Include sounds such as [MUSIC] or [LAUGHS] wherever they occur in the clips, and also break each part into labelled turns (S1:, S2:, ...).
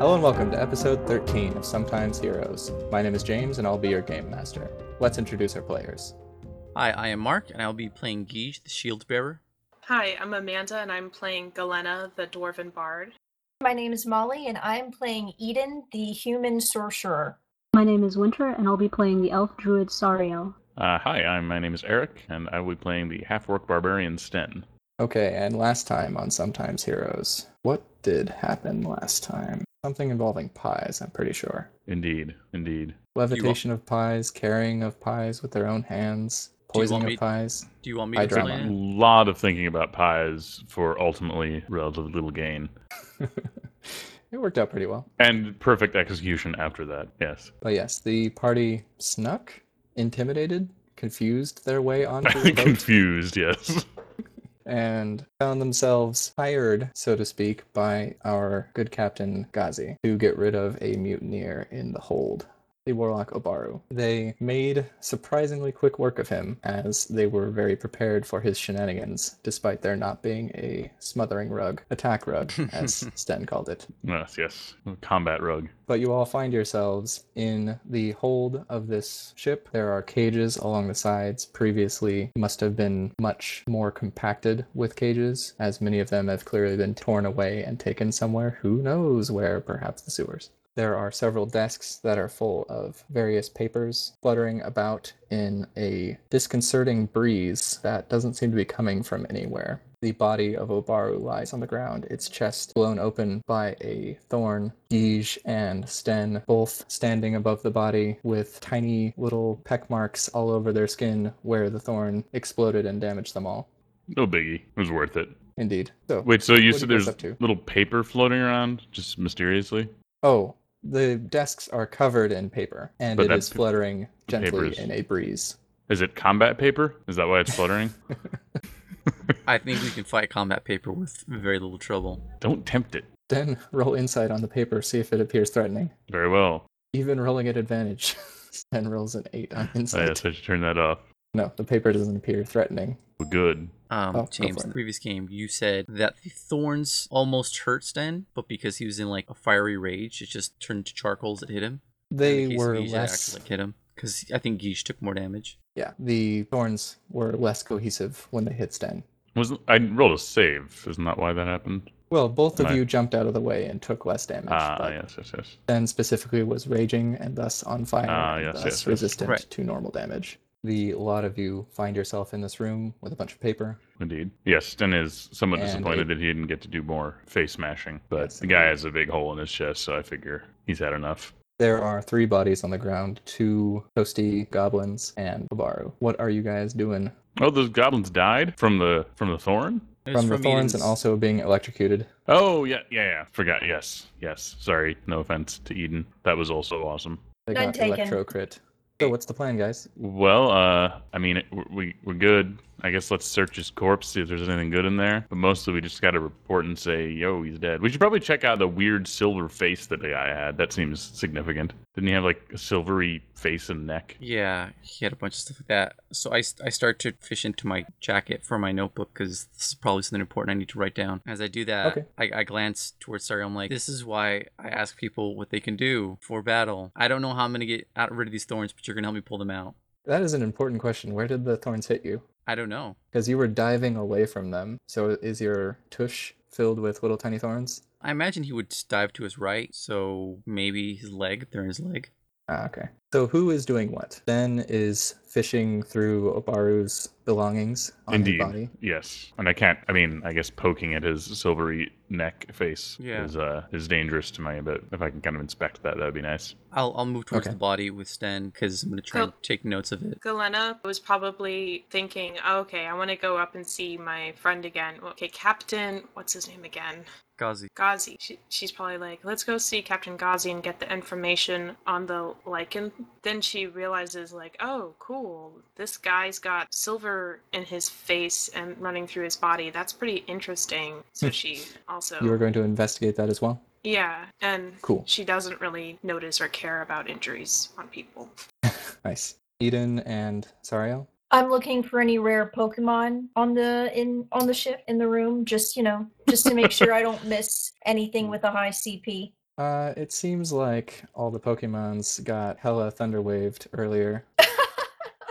S1: and welcome to episode 13 of Sometimes Heroes. My name is James, and I'll be your game master. Let's introduce our players.
S2: Hi, I am Mark, and I'll be playing Geege, the Shield Bearer.
S3: Hi, I'm Amanda, and I'm playing Galena, the Dwarven Bard.
S4: My name is Molly, and I'm playing Eden, the human sorcerer.
S5: My name is Winter, and I'll be playing the elf druid Sario.
S6: Uh, hi, I'm, my name is Eric, and I will be playing the half orc barbarian Sten.
S1: Okay, and last time on Sometimes Heroes, what did happen last time? Something involving pies, I'm pretty sure.
S6: Indeed, indeed.
S1: Levitation of pies, carrying of pies with their own hands,
S2: Do you want
S1: poisoning
S2: me-
S1: of pies. [LAUGHS]
S2: Do you want me
S1: Hi,
S2: to
S1: drama.
S6: A
S2: explain it?
S6: lot of thinking about pies for ultimately relatively little gain.
S1: it worked out pretty well.
S6: And perfect execution after that, yes. [LAUGHS]
S1: But yes, the party snuck, intimidated, confused their way onto
S2: [LAUGHS]
S1: the boat,
S6: Confused, yes. [LAUGHS]
S1: and found themselves hired, so to speak, by our good captain Ghazi to get rid of a mutineer in the hold. The warlock Obaru. They made surprisingly quick work of him, as they were very prepared for his shenanigans, despite there not being a smothering rug, attack rug, as Sten called it.
S6: Yes, yes. Combat rug.
S1: But you all find yourselves in the hold of this ship. There are cages along the sides. Previously, must have been much more compacted with cages, as many of them have clearly been torn away and taken somewhere. Who knows where? Perhaps the sewers. There are several desks that are full of various papers fluttering about in a disconcerting breeze that doesn't seem to be coming from anywhere. The body of Obaru lies on the ground, its chest blown open by a thorn. Gige and Sten both standing above the body with tiny little peck marks all over their skin where the thorn exploded and damaged them all.
S6: No biggie. It was worth it.
S1: Indeed. So,
S6: Wait, so you
S1: What
S6: said
S1: do you guys
S6: there's
S1: up to?
S6: little paper floating around, just mysteriously?
S1: oh, the desks are covered in paper, and
S6: But
S1: it
S6: that
S1: is fluttering gently
S6: papers-
S1: in a breeze.
S6: Is it combat paper? Is that why
S1: [LAUGHS]
S6: it's fluttering?
S2: I think we can fight combat paper with very little trouble.
S6: Don't tempt it.
S1: Then roll insight on the paper, see if it appears threatening.
S6: Very well.
S1: Even rolling at advantage. [LAUGHS] Sten rolls an 8
S6: [LAUGHS]
S1: on
S6: I
S1: insight.
S6: guess I should turn that off.
S1: No, the paper doesn't appear threatening.
S6: Well, Good.
S2: Um,
S1: Oh, go
S2: James,
S1: for it.
S2: the previous game, you said that the thorns almost hurt Sten, but because he was in like a fiery rage, it just turned to charcoals that hit him.
S1: They
S2: In the case of
S1: were
S2: Geesh, it
S1: less.
S2: actually, like, hit him because I think Geesh took more damage.
S1: Yeah, the thorns were less cohesive when they hit Sten.
S6: Wasn't I rolled a save? Isn't that why that happened?
S1: Well, both of
S6: Right.
S1: you jumped out of the way and took less damage.
S6: Ah,
S1: but
S6: yes, yes, yes.
S1: Sten specifically was raging and thus on fire,
S6: Ah,
S1: and
S6: yes,
S1: thus
S6: yes, yes.
S1: resistant
S2: Right.
S1: to normal damage. The lot of you find yourself in this room with a bunch of paper.
S6: Indeed. Yes, Sten is somewhat
S1: And
S6: disappointed
S1: it-
S6: that he didn't get to do more face smashing, but
S1: Yes,
S6: the guy
S1: indeed.
S6: has a big hole in his chest, so I figure he's had enough.
S1: There are three bodies on the ground: two toasty goblins and Babaru. What are you guys doing?
S6: Oh, those goblins died from the from the thorn.
S2: It was
S1: From the thorns
S2: Eden's-
S1: and also being electrocuted.
S6: Oh yeah, yeah, yeah. Forgot. Yes, yes. Sorry. No offense to Eden. That was also awesome.
S1: They
S4: None
S1: got
S4: taken.
S1: electrocrit. So what's the plan, guys?
S6: Well, uh, I mean, it, we we're good. I guess let's search his corpse, see if there's anything good in there. But mostly, we just got to report and say, "Yo, he's dead." We should probably check out the weird silver face that the guy had. That seems significant. Didn't he have like a silvery face and neck?
S2: Yeah, he had a bunch of stuff like that. So I, st- I start to fish into my jacket for my notebook because this is probably something important I need to write down. As I do that,
S1: Okay.
S2: I, I glance towards Sari. I'm like, this is why I ask people what they can do for battle. I don't know how I'm going to get out rid of these thorns, but you're going to help me pull them out.
S1: That is an important question. Where did the thorns hit you?
S2: I don't know.
S1: Because you were diving away from them. So is your tush filled with little tiny thorns?
S2: I imagine he would dive to his right, so maybe his leg, they're in his leg.
S1: Ah, okay. So who is doing what? Ben is fishing through Obaru's belongings on his
S6: Indeed.
S1: body.
S6: Yes. And I can't. I mean, I guess poking at his silvery neck face
S2: Yeah.
S6: is uh is dangerous to my. But if I can kind of inspect that, that would be nice.
S2: I'll, I'll move towards
S1: Okay.
S2: the body with Sten because I'm going to try and
S3: Cool.
S2: take notes of it.
S3: Galena was probably thinking, okay, I want to go up and see my friend again. Okay, Captain, what's his name again?
S2: Ghazi.
S3: Ghazi. She, she's probably like, let's go see Captain Ghazi and get the information on the lichen. Then she realizes, like, oh, cool, this guy's got silver in his face and running through his body. That's pretty interesting. So she also,
S1: You are going to investigate that as well? [LAUGHS]
S3: yeah, and
S1: Cool.
S3: she doesn't really notice or care about injuries on people.
S1: Nice. Eden and Sariel?
S4: I'm looking for any rare Pokemon on the in on the ship in the room, just you know, just to make sure I don't miss anything with a high CP.
S1: Uh, it seems like all the Pokemons got hella thunder waved earlier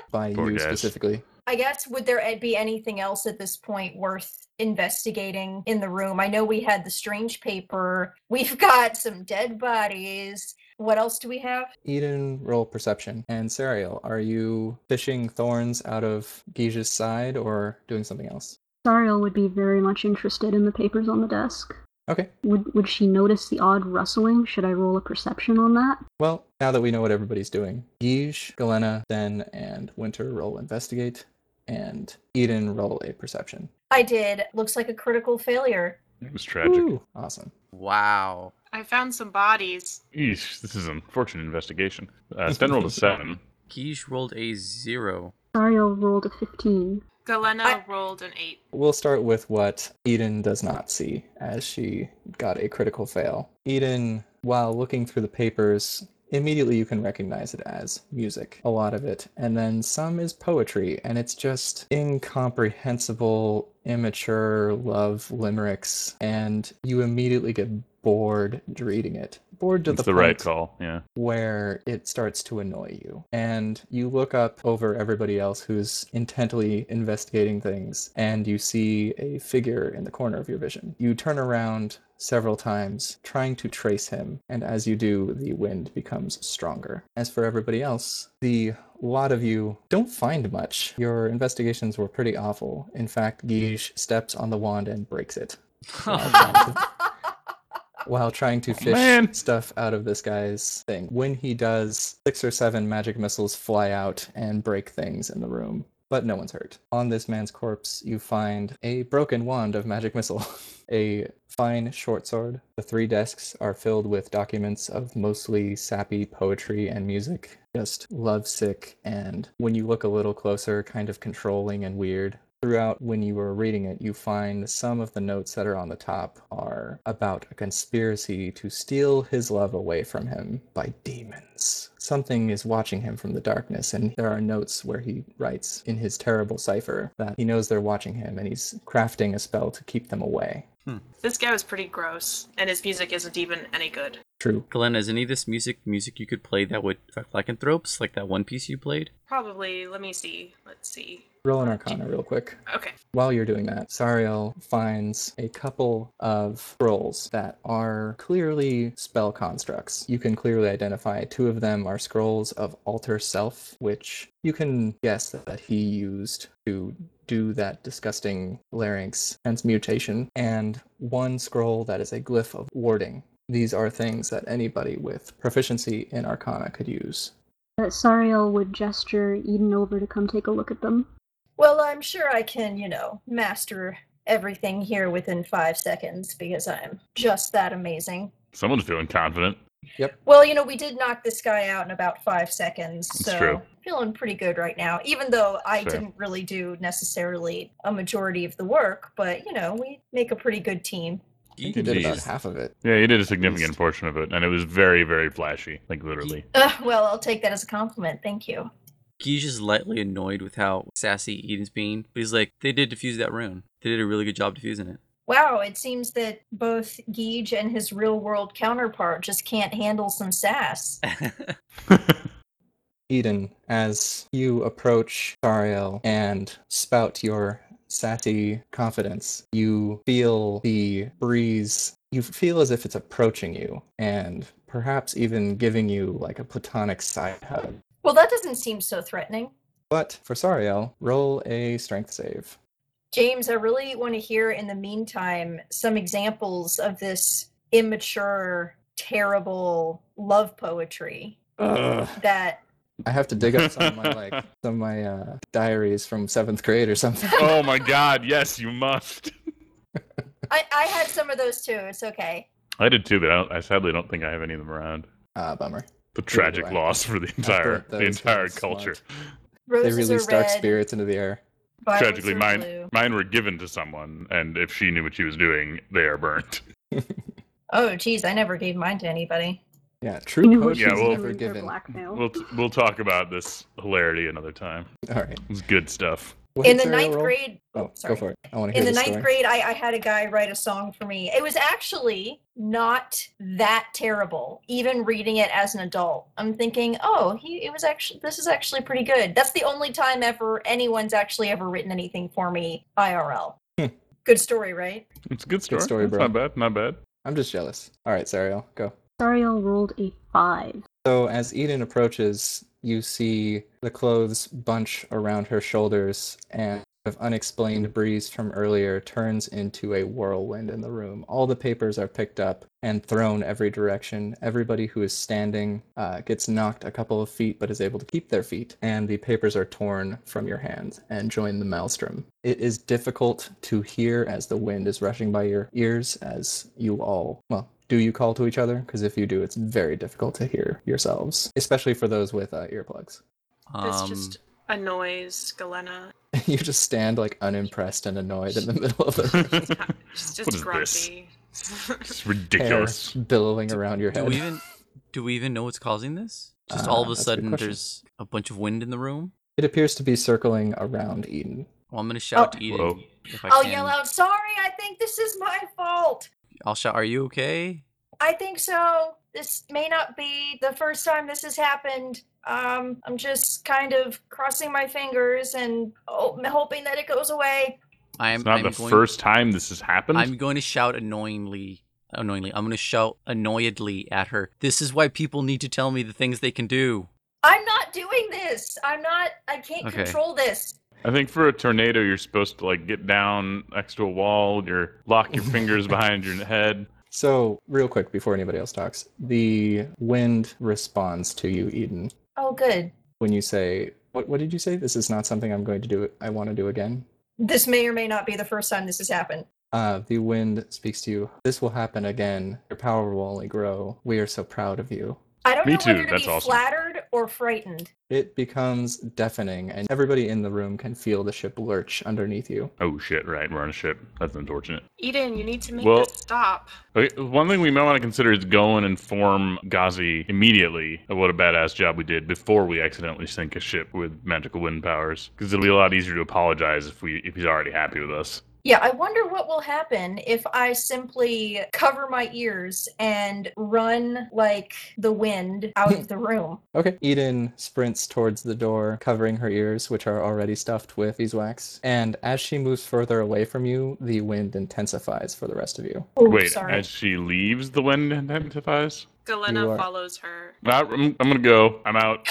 S1: by
S6: Poor
S1: you
S6: guys.
S1: specifically.
S4: I guess would there a- be anything else at this point worth investigating in the room? I know we had the strange paper. We've [LAUGHS] got some dead bodies. What else do we have?
S1: Eden, roll perception. And Sariel, are you fishing thorns out of Gija's side or doing something else?
S5: Sariel would be very much interested in the papers on the desk.
S1: Okay.
S5: Would would she notice the odd rustling? Should I roll a perception on that?
S1: Well, now that we know what everybody's doing, Gige, Galena, Zen, and Winter roll investigate, and Eden roll a perception.
S4: I did. Looks like a critical failure. [LAUGHS]
S6: It was tragic.
S1: Ooh, awesome.
S2: Wow.
S3: I found some bodies.
S6: Eesh, this is an unfortunate investigation. Uh, Sten rolled a seven.
S2: Keish rolled a zero.
S5: Sariel rolled a fifteen.
S3: Galena
S4: I-
S3: rolled an eight.
S1: We'll start with what Eden does not see as she got a critical fail. Eden, while looking through the papers, immediately you can recognize it as music, a lot of it. And then some is poetry, and it's just incomprehensible, immature love limericks. And you immediately get bored reading it. Bored to
S6: It's the,
S1: the,
S6: right
S1: point
S6: call. Yeah.
S1: where it starts to annoy you. And you look up over everybody else who's intently investigating things, and you see a figure in the corner of your vision. You turn around several times, trying to trace him, and as you do, the wind becomes stronger. As for everybody else, the lot of you don't find much. Your investigations were pretty awful. In fact, Guiche steps on the wand and breaks it while trying to fish
S6: man.
S1: stuff out of this guy's thing. When he does, six or seven magic missiles fly out and break things in the room, but no one's hurt. On this man's corpse, you find a broken wand of magic missile, a fine short sword. The three desks are filled with documents of mostly sappy poetry and music, just lovesick and when you look a little closer, kind of controlling and weird throughout when you were reading it you find some of the notes that are on the top are about a conspiracy to steal his love away from him by demons something is watching him from the darkness and there are notes where he writes in his terrible cipher that he knows they're watching him and he's crafting a spell to keep them away
S3: This guy was pretty gross, and his music isn't even any good.
S1: true
S2: Glenn, is any of this music music you could play that would affect lycanthropes, like that one piece you played?
S3: Probably, let me see. Let's see.
S1: roll an arcana real quick
S3: Okay.
S1: While you're doing that, Sariel finds a couple of scrolls that are clearly spell constructs. You can clearly identify two of them are scrolls of Alter Self, which you can guess that he used to do that disgusting larynx transmutation, and one scroll that is a glyph of warding. These are things that anybody with proficiency in Arcana could use.
S5: Uh, Sariel would gesture Eden over to come take a look at them.
S4: Well, I'm sure I can, you know, master everything here within five seconds because I'm just that amazing.
S6: Someone's feeling confident.
S4: Well, you know, we did knock this guy out in about five seconds,
S6: That's
S4: so
S6: true.
S4: feeling pretty good right now. Even though I
S6: Fair.
S4: didn't really do necessarily a majority of the work, but you know, we make a pretty good team.
S1: You did
S6: Indeed.
S1: about half of it.
S6: Yeah, he did a significant portion of it, and it was very, very flashy. Like literally.
S4: Uh, well, I'll take that as a compliment. Thank you.
S2: Geesh is lightly annoyed with how sassy Eden's being, but he's like, they did diffuse that rune. They did a really good job diffusing
S4: [LAUGHS]
S2: it.
S4: Wow, it seems that both Geege and his real world counterpart just can't handle some sass.
S1: Eden, as you approach Sariel and spout your sassy confidence, you feel the breeze. You feel as if it's approaching you and perhaps even giving you like a platonic side hug.
S4: Well, that doesn't seem so threatening.
S1: But for Sariel, roll a strength save.
S4: James, I really want to hear in the meantime some examples of this immature, terrible love poetry that
S1: I have to dig up some of
S6: [LAUGHS]
S1: my like some of my uh, diaries from seventh grade or something.
S6: oh my God! Yes, you must.
S4: I, I had some of those too. It's okay.
S6: [LAUGHS] I did too, but I, don't, I sadly don't think I have any of them around.
S1: [LAUGHS] Ah, bummer.
S6: The tragic
S1: I.
S6: loss for the entire
S1: thought
S6: the
S1: those
S6: entire
S1: ones
S6: culture.
S1: sucked. They
S4: Roses
S1: release
S4: are red.
S1: dark spirits into the air.
S4: violets
S6: Tragically,
S4: are
S6: mine
S4: blue.
S6: mine were given to someone, and if she knew what she was doing, they are burnt.
S4: Oh, geez, I never gave mine to anybody.
S1: Yeah,
S5: [LAUGHS] You
S1: true
S5: know what
S1: poetry's
S6: Yeah,
S5: she's
S6: well-
S5: doing
S1: never
S5: for
S1: given.
S5: blackmail.
S6: We'll t- we'll talk about this hilarity another time.
S1: All right.
S6: It's good stuff.
S1: What
S4: in
S1: did
S4: the
S1: Serial
S4: ninth
S1: roll?
S4: grade.
S1: Oh,
S4: oops, sorry.
S1: go for it. I want to hear
S4: In the
S1: the story.
S4: ninth grade, I, I had a guy write a song for me. It was actually not that terrible, even reading it as an adult. I'm thinking, oh, he it was actually this is actually pretty good. That's the only time ever anyone's actually ever written anything for me IRL.
S1: Hmm.
S4: Good story, right?
S6: It's a good story.
S1: Good story,
S6: It's
S1: bro.
S6: Not bad. Not bad.
S1: I'm just jealous. All right, Sariel, go.
S5: Sariel rolled a five.
S1: So as Eden approaches, you see the clothes bunch around her shoulders and of unexplained breeze from earlier turns into a whirlwind in the room. All the papers are picked up and thrown every direction. Everybody who is standing uh, gets knocked a couple of feet but is able to keep their feet, and the papers are torn from your hands and join the maelstrom. It is difficult to hear as the wind is rushing by your ears as you all, well, do you call to each other? Because if you do, it's very difficult to hear yourselves, especially for those with uh, earplugs. [LAUGHS]
S3: This
S2: Um,
S3: just annoys Galena.
S1: you just stand like unimpressed and annoyed in the [LAUGHS] middle of the room,
S3: She's just
S6: What is this?
S3: grumpy.
S6: It's
S1: hair
S6: ridiculous.
S1: billowing around your
S2: do
S1: head.
S2: we even do we even know what's causing this? Just all of
S1: Uh,
S2: a
S1: that's a good
S2: sudden,
S1: question.
S2: there's a bunch of wind in the room.
S1: It appears to be circling around Eden.
S2: Well, I'm gonna shout
S4: Oh.
S2: to Eden.
S6: Whoa.
S2: If I
S4: I'll
S2: can.
S4: yell out, sorry, I think this is my fault.
S2: I'll shout. Are you okay?
S4: I think so. This may not be the first time this has happened. Um, I'm just kind of crossing my fingers and oh, hoping that it goes away.
S2: I'm
S6: it's not
S2: I'm
S6: the
S2: going,
S6: first time this has happened.
S2: I'm going to shout annoyingly. Annoyingly, I'm going to shout annoyedly at her. This is why people need to tell me the things they can do.
S4: I'm not doing this. I'm not. I can't
S2: Okay.
S4: control this.
S6: I think for a tornado, you're supposed to like get down next to a wall. You're lock your
S2: [LAUGHS]
S6: fingers behind your head.
S1: So, real quick before anybody else talks, the wind responds to you, Eden,
S4: Oh, good.
S1: when you say, "What? What did you say? This is not something I'm going to do. I want to do again."
S4: This may or may not be the first time this has happened.
S1: Uh, the wind speaks to you. This will happen again. Your power will only grow. We are so proud of you.
S4: I don't
S6: Me
S4: know whether
S6: too.
S4: to
S6: That's
S4: be
S6: awesome.
S4: flattered or frightened.
S1: It becomes deafening, and everybody in the room can feel the ship lurch underneath you.
S6: Oh shit! Right, we're on a ship. That's unfortunate.
S3: [LAUGHS] Eden, you need to make
S6: Well-
S3: this stop.
S6: Okay, one thing we might want to consider is go and inform Ghazi immediately of what a badass job we did before we accidentally sink a ship with magical wind powers, because it'll be a lot easier to apologize if we if he's already happy with us.
S4: Yeah, I wonder what will happen if I simply cover my ears and run like the wind out
S6: [LAUGHS]
S4: of the room.
S1: Okay. Eden sprints towards the door, covering her ears, which are already stuffed with beeswax. And as she moves further away from you, the wind intensifies for the rest of you.
S4: Oh,
S6: Wait,
S4: sorry. [LAUGHS]
S6: as she leaves, the wind intensifies.
S1: You
S3: Galena
S1: are-
S3: follows her.
S6: Ah, I'm, I'm gonna go. I'm out.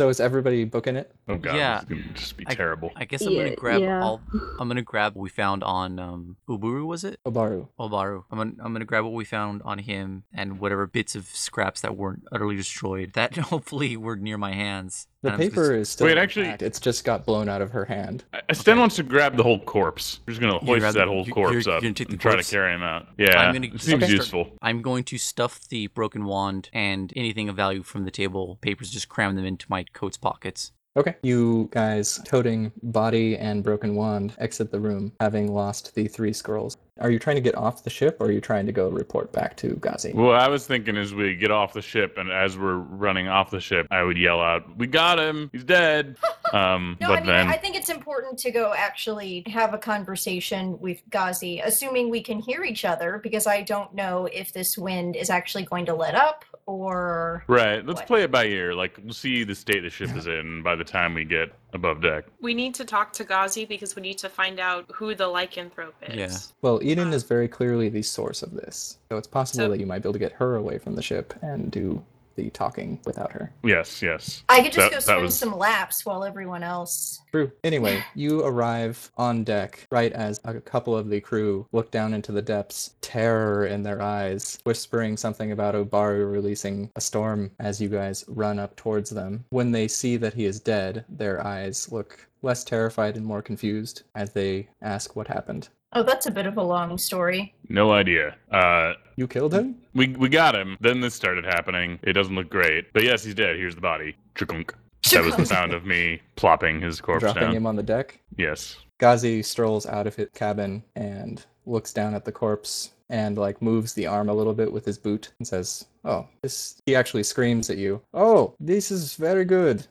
S1: So is everybody booking it?
S6: Oh god,
S2: Yeah.
S6: this is gonna just be terrible.
S2: I guess I'm going
S5: Yeah,
S2: to grab
S5: yeah.
S2: all. I'm going to grab what we found on um, Uburu. Was it
S1: Obaru.
S2: Obaru? I'm going to I'm going to grab what we found on him and whatever bits of scraps that weren't utterly destroyed. That [LAUGHS] hopefully were near my hands.
S1: The
S2: And I'm just
S1: paper
S2: gonna-
S1: is still
S6: Um, Wait, actually-
S1: intact. It's just got blown out of her hand.
S6: I- I- Sten wants to grab the whole corpse. We're just gonna hoist
S2: grab
S6: that
S2: the-
S6: whole
S2: you-
S6: corpse
S2: you're-
S6: up
S2: you're gonna take the
S6: and try
S2: corpse?
S6: to carry him out. Yeah,
S2: I'm gonna-
S6: it seems
S2: okay.
S6: useful.
S2: I'm going to stuff the broken wand and anything of value from the table papers. Just cram them into my coat's pockets.
S1: Okay. You guys, toting body and broken wand, exit the room, having lost the three scrolls. Are you trying to get off the ship, or are you trying to go report back to Ghazi?
S6: Well, I was thinking as we get off the ship, and as we're running off the ship, I would yell out, "We got him! He's dead!" Um,
S4: [LAUGHS] No,
S6: but
S4: I mean,
S6: then
S4: I think it's important to go actually have a conversation with Ghazi, assuming we can hear each other, because I don't know if this wind is actually going to let up or.
S6: Right. Let's
S4: What?
S6: play it by ear. Like, we'll see the state the ship is in by the time we get above deck.
S3: We need to talk to Gazi because we need to find out who the lycanthrope is.
S2: Yeah.
S1: Well, Eden is very clearly the source of this, so it's possible
S3: So-
S1: that you might be able to get her away from the ship and do the talking without her.
S6: Yes, yes.
S4: I could just
S6: That-
S4: go
S6: that
S4: swim
S6: was-
S4: some laps while everyone else.
S1: True. Anyway, you arrive on deck right as a couple of the crew look down into the depths, terror in their eyes, whispering something about Obaru releasing a storm as you guys run up towards them. When they see that he is dead, their eyes look less terrified and more confused as they ask what happened.
S4: Oh, that's a bit of a long story.
S6: No idea. Uh,
S1: You killed him?
S6: we we got him. Then this started happening. It doesn't look great. But yes, he's dead. Here's the body. Chukunk. That was the sound of me plopping his corpse
S1: Dropping
S6: down.
S1: him on the deck?
S6: Yes.
S1: Ghazi strolls out of his cabin and looks down at the corpse and like moves the arm a little bit with his boot and says, "Oh, this." He actually screams at you. Oh, this is very good.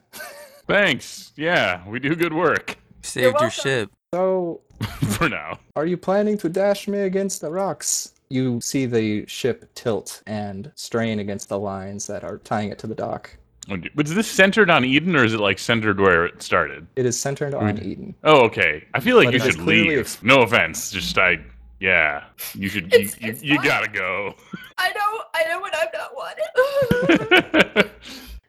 S6: Thanks. Yeah, we do good work. [LAUGHS]
S2: saved your
S4: welcome.
S2: ship.
S1: So,
S6: for now.
S1: are you planning to dash me against the rocks? You see the ship tilt and strain against the lines that are tying it to the dock.
S6: But is this centered on Eden or is it like centered where it started?
S1: It is centered on
S6: Good.
S1: Eden.
S6: Oh, okay. I feel like
S1: But
S6: you
S1: it
S6: should
S1: is clearly
S6: leave.
S1: ex-
S6: no offense, just I. Yeah, you should. You,
S4: It's-
S6: you,
S4: it's
S6: you
S4: fine.
S6: gotta
S4: [LAUGHS]
S6: go.
S4: I know, I know when I'm not [LAUGHS] wanted.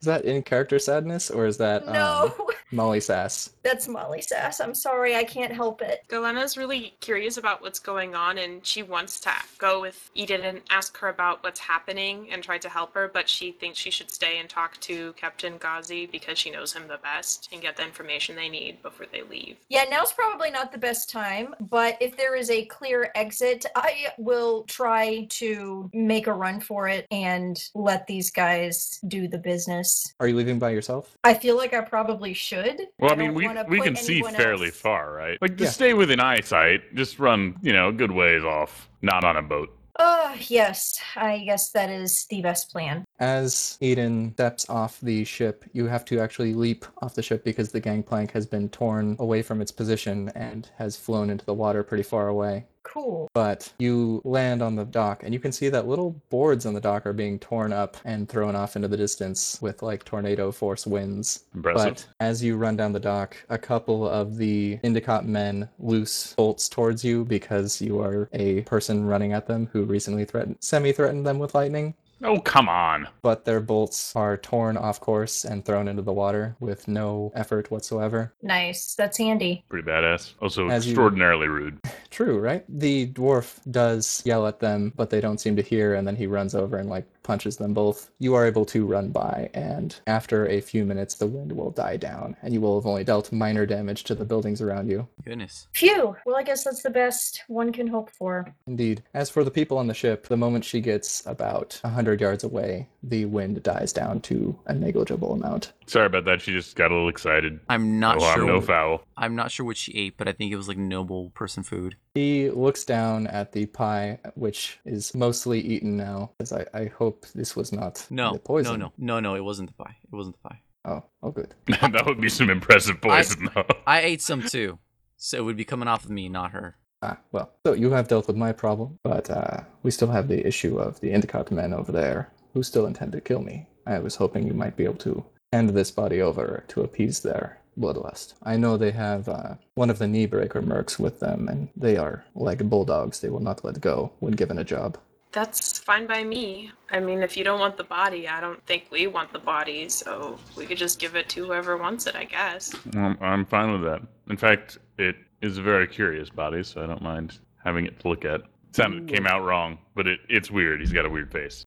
S1: Is that in character sadness or is that um,
S4: no, [LAUGHS]
S1: Molly Sass?
S4: that's Molly Sass. I'm sorry, I can't help it.
S3: Galena's really curious about what's going on, and she wants to go with Eden and ask her about what's happening and try to help her, but she thinks she should stay and talk to Captain Ghazi because she knows him the best and get the information they need before they leave.
S4: Yeah, now's probably not the best time, but if there is a clear exit, I will try to make a run for it and let these guys do the business.
S1: Are you leaving by yourself?
S4: I feel like I probably should.
S6: well, I
S4: don't
S6: mean, we
S4: wanna
S6: we
S4: put
S6: can see
S4: anyone
S6: fairly
S4: else-
S6: far, right? Like, just
S1: Yeah.
S6: stay within eyesight. Just run, you know, a good ways off, not on a boat.
S4: Oh, yes, I guess that is the best plan.
S1: As Eden steps off the ship, you have to actually leap off the ship because the gangplank has been torn away from its position and has flown into the water pretty far away.
S4: Cool.
S1: But you land on the dock and you can see that little boards on the dock are being torn up and thrown off into the distance with like tornado force winds.
S6: Impressive.
S1: But as you run down the dock, a couple of the Indicott men loose bolts towards you because you are a person running at them who recently threatened, semi-threatened them with lightning.
S6: oh, come on.
S1: But their bolts are torn off course and thrown into the water with no effort whatsoever.
S4: Nice. That's handy.
S6: Pretty badass. Also,
S1: As you-
S6: extraordinarily rude.
S1: True, right? The dwarf does yell at them, but they don't seem to hear, and then he runs over and like punches them both. You are able to run by, and after a few minutes, the wind will die down, and you will have only dealt minor damage to the buildings around you.
S2: Goodness.
S4: Phew. Well, I guess that's the best one can hope for.
S1: Indeed. As for the people on the ship, the moment she gets about 100 yards away, the wind dies down to a negligible amount.
S6: Sorry about that. She just got a little excited.
S2: I'm not
S6: oh,
S2: sure.
S6: I'm no foul.
S2: I'm not sure what she ate, but I think it was like noble person food.
S1: He looks down at the pie, which is mostly eaten now, because I, I hope this was not
S2: No,
S1: the poison.
S2: no, no, no, no. It wasn't the pie. It wasn't the pie.
S1: Oh, oh, good.
S6: [LAUGHS] that would be some impressive poison, though.
S2: I ate some too, so it would be coming off of me, not her.
S1: Ah, well, so you have dealt with my problem, but uh, we still have the issue of the Endicott men over there who still intend to kill me. I was hoping you might be able to hand this body over to appease their bloodlust. I know they have uh, one of the Kneebreaker mercs with them, and they are like bulldogs. They will not let go when given a job.
S3: That's fine by me. I mean, if you don't want the body, I don't think we want the body, so we could just give it to whoever wants it, I guess.
S6: Well, I'm fine with that. In fact, it is a very curious body, so I don't mind having it to look at. Sounded came out wrong, but it, it's weird. He's got a weird face.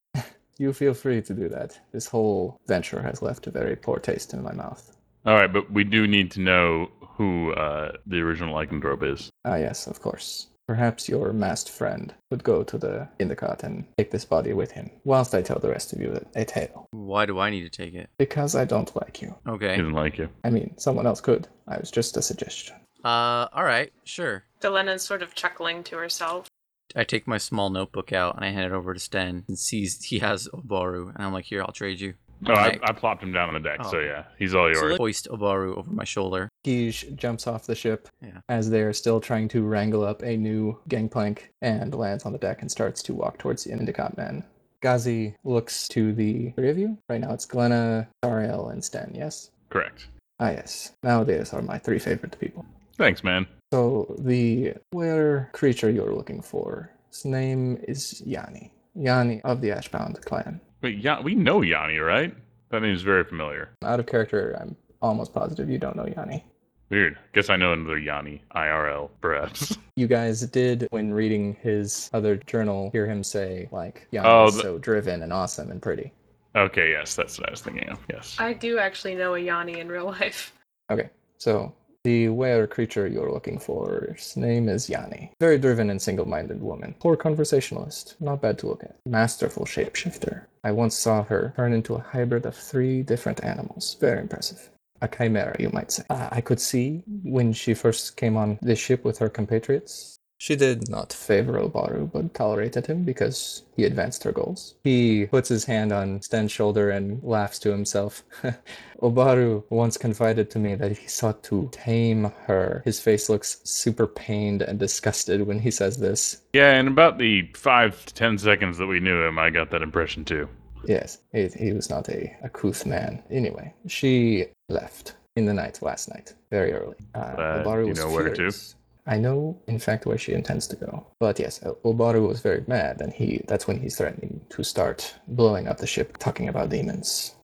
S1: You feel free to do that. This whole venture has left a very poor taste in my mouth.
S6: All right, but we do need to know who uh, the original lycanthrope is.
S1: Ah, yes, of course. Perhaps your masked friend would go to the Indicott and take this body with him, whilst I tell the rest of you a tale.
S2: Why do I need to take it?
S1: Because I don't like you.
S6: He
S2: Okay.
S6: doesn't like you.
S1: I mean, someone else could. I was just a suggestion.
S2: Uh, all right, sure.
S3: Galena's sort of chuckling to herself.
S2: I take my small notebook out and I hand it over to Sten and sees he has Obaru, and I'm like, here, I'll trade you.
S6: Oh, I,
S2: Right.
S6: I plopped him down on the deck,
S2: Oh,
S6: so
S2: okay.
S6: yeah, he's all
S2: So
S6: yours.
S2: I hoist Obaru over my shoulder.
S1: Guige jumps off the ship
S2: Yeah.
S1: as they are still trying to wrangle up a new gangplank and lands on the deck and starts to walk towards the Indicott men. Ghazi looks to the three of you. Right now it's Glenna, Ariel, and Sten, yes?
S6: Correct.
S1: Ah, yes. Nowadays are my three favorite people.
S6: Thanks, man.
S1: So the were creature you're looking for, his name is Yanni. Yanni of the Ashbound clan.
S6: Wait, ya- we know Yanni, right? That name's very familiar.
S1: Out of character, I'm almost positive you don't know Yanni.
S6: Weird. Guess I know another Yanni, IRL, perhaps. [LAUGHS]
S1: You guys did, when reading his other journal, hear him say, like, Yanni
S6: Oh,
S1: is
S6: the-
S1: so driven and awesome and pretty.
S6: okay, yes, that's what I was thinking of. Yes.
S3: I do actually know a Yanni in real [LAUGHS] life.
S1: Okay, so the were creature you're looking for, his name is Yanni. Very driven and single minded woman. Poor conversationalist. Not bad to look at. Masterful shapeshifter. I once saw her turn into a hybrid of three different animals. Very impressive. A chimera, you might say. Uh, I could see when she first came on this ship with her compatriots. She did not favor Obaru, but tolerated him because he advanced her goals. He puts his hand on Sten's shoulder and laughs to himself. [LAUGHS] Obaru once confided to me that he sought to tame her. His face looks super pained and disgusted when he says this.
S6: Yeah, in about the five to ten seconds that we knew him, I got that impression too.
S1: Yes, he, he was not a, a couth man. Anyway, she left in the night last night, very early. Uh,
S6: Uh,
S1: Obaru
S6: you
S1: was
S6: know where to?
S1: furious. I know, in fact, where she intends to go. But yes, O- Obaru was very mad, and he—that's when he's threatening to start blowing up the ship, talking about demons.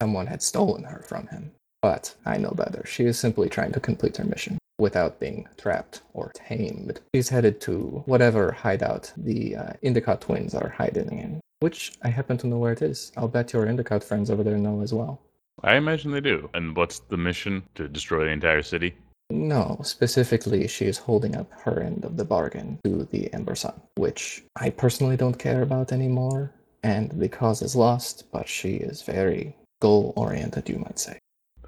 S1: Someone had stolen her from him. But I know better. She is simply trying to complete her mission without being trapped or tamed. She's headed to whatever hideout the uh, Indicott twins are hiding in, which I happen to know where it is. I'll bet your Indicott friends over there know as well.
S6: I imagine they do. And what's the mission? To destroy the entire city?
S1: No, specifically, she is holding up her end of the bargain to the Ember Sun, which I personally don't care about anymore, and the cause is lost, but she is very goal oriented, you might say.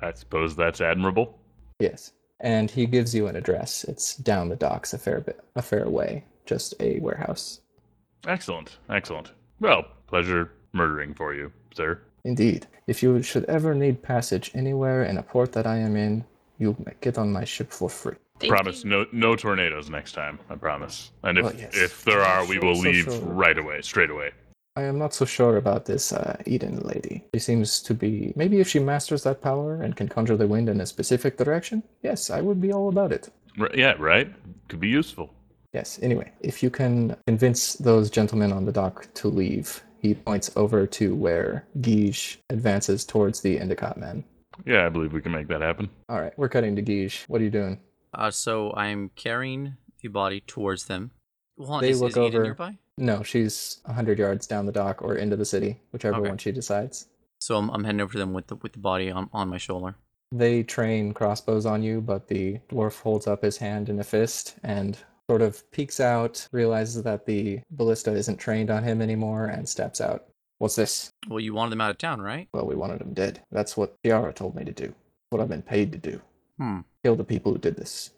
S6: I suppose that's admirable.
S1: Yes. And he gives you an address. It's down the docks a fair bit, a fair way, just a warehouse.
S6: Excellent, excellent. Well, pleasure murdering for you, sir.
S1: Indeed, if you should ever need passage anywhere in a port that I am in, you may get on my ship for free.
S3: Thank
S6: promise
S3: you.
S6: no no tornadoes next time. I promise. And if
S1: Well, yes.
S6: if there are, we
S1: Sure,
S6: will
S1: sure,
S6: leave
S1: sure.
S6: right away, straight away.
S1: I am not so sure about this uh, Eden lady. She seems to be. Maybe if she masters that power and can conjure the wind in a specific direction, yes, I would be all about it.
S6: R- yeah, right. Could be useful.
S1: Yes, anyway, if you can convince those gentlemen on the dock to leave, he points over to where Guige advances towards the Endicott men.
S6: Yeah, I believe we can make that happen.
S1: All right, we're cutting to Guige. What are you doing?
S2: Uh, so I'm carrying the body towards them. Well, hold on,
S1: They
S2: is,
S1: look
S2: is Eden
S1: over.
S2: nearby?
S1: No, she's 100 yards down the dock or into the city, whichever
S2: Okay.
S1: one she decides.
S2: So I'm, I'm heading over to them with the with the body on, on my shoulder.
S1: they train crossbows on you, but the dwarf holds up his hand in a fist and sort of peeks out, realizes that the ballista isn't trained on him anymore, and steps out. What's this?
S2: Well, you wanted them out of town, right?
S1: Well, we wanted him dead. That's what Tiara told me to do. What I've been paid to do.
S2: Hmm.
S1: Kill the people who did this.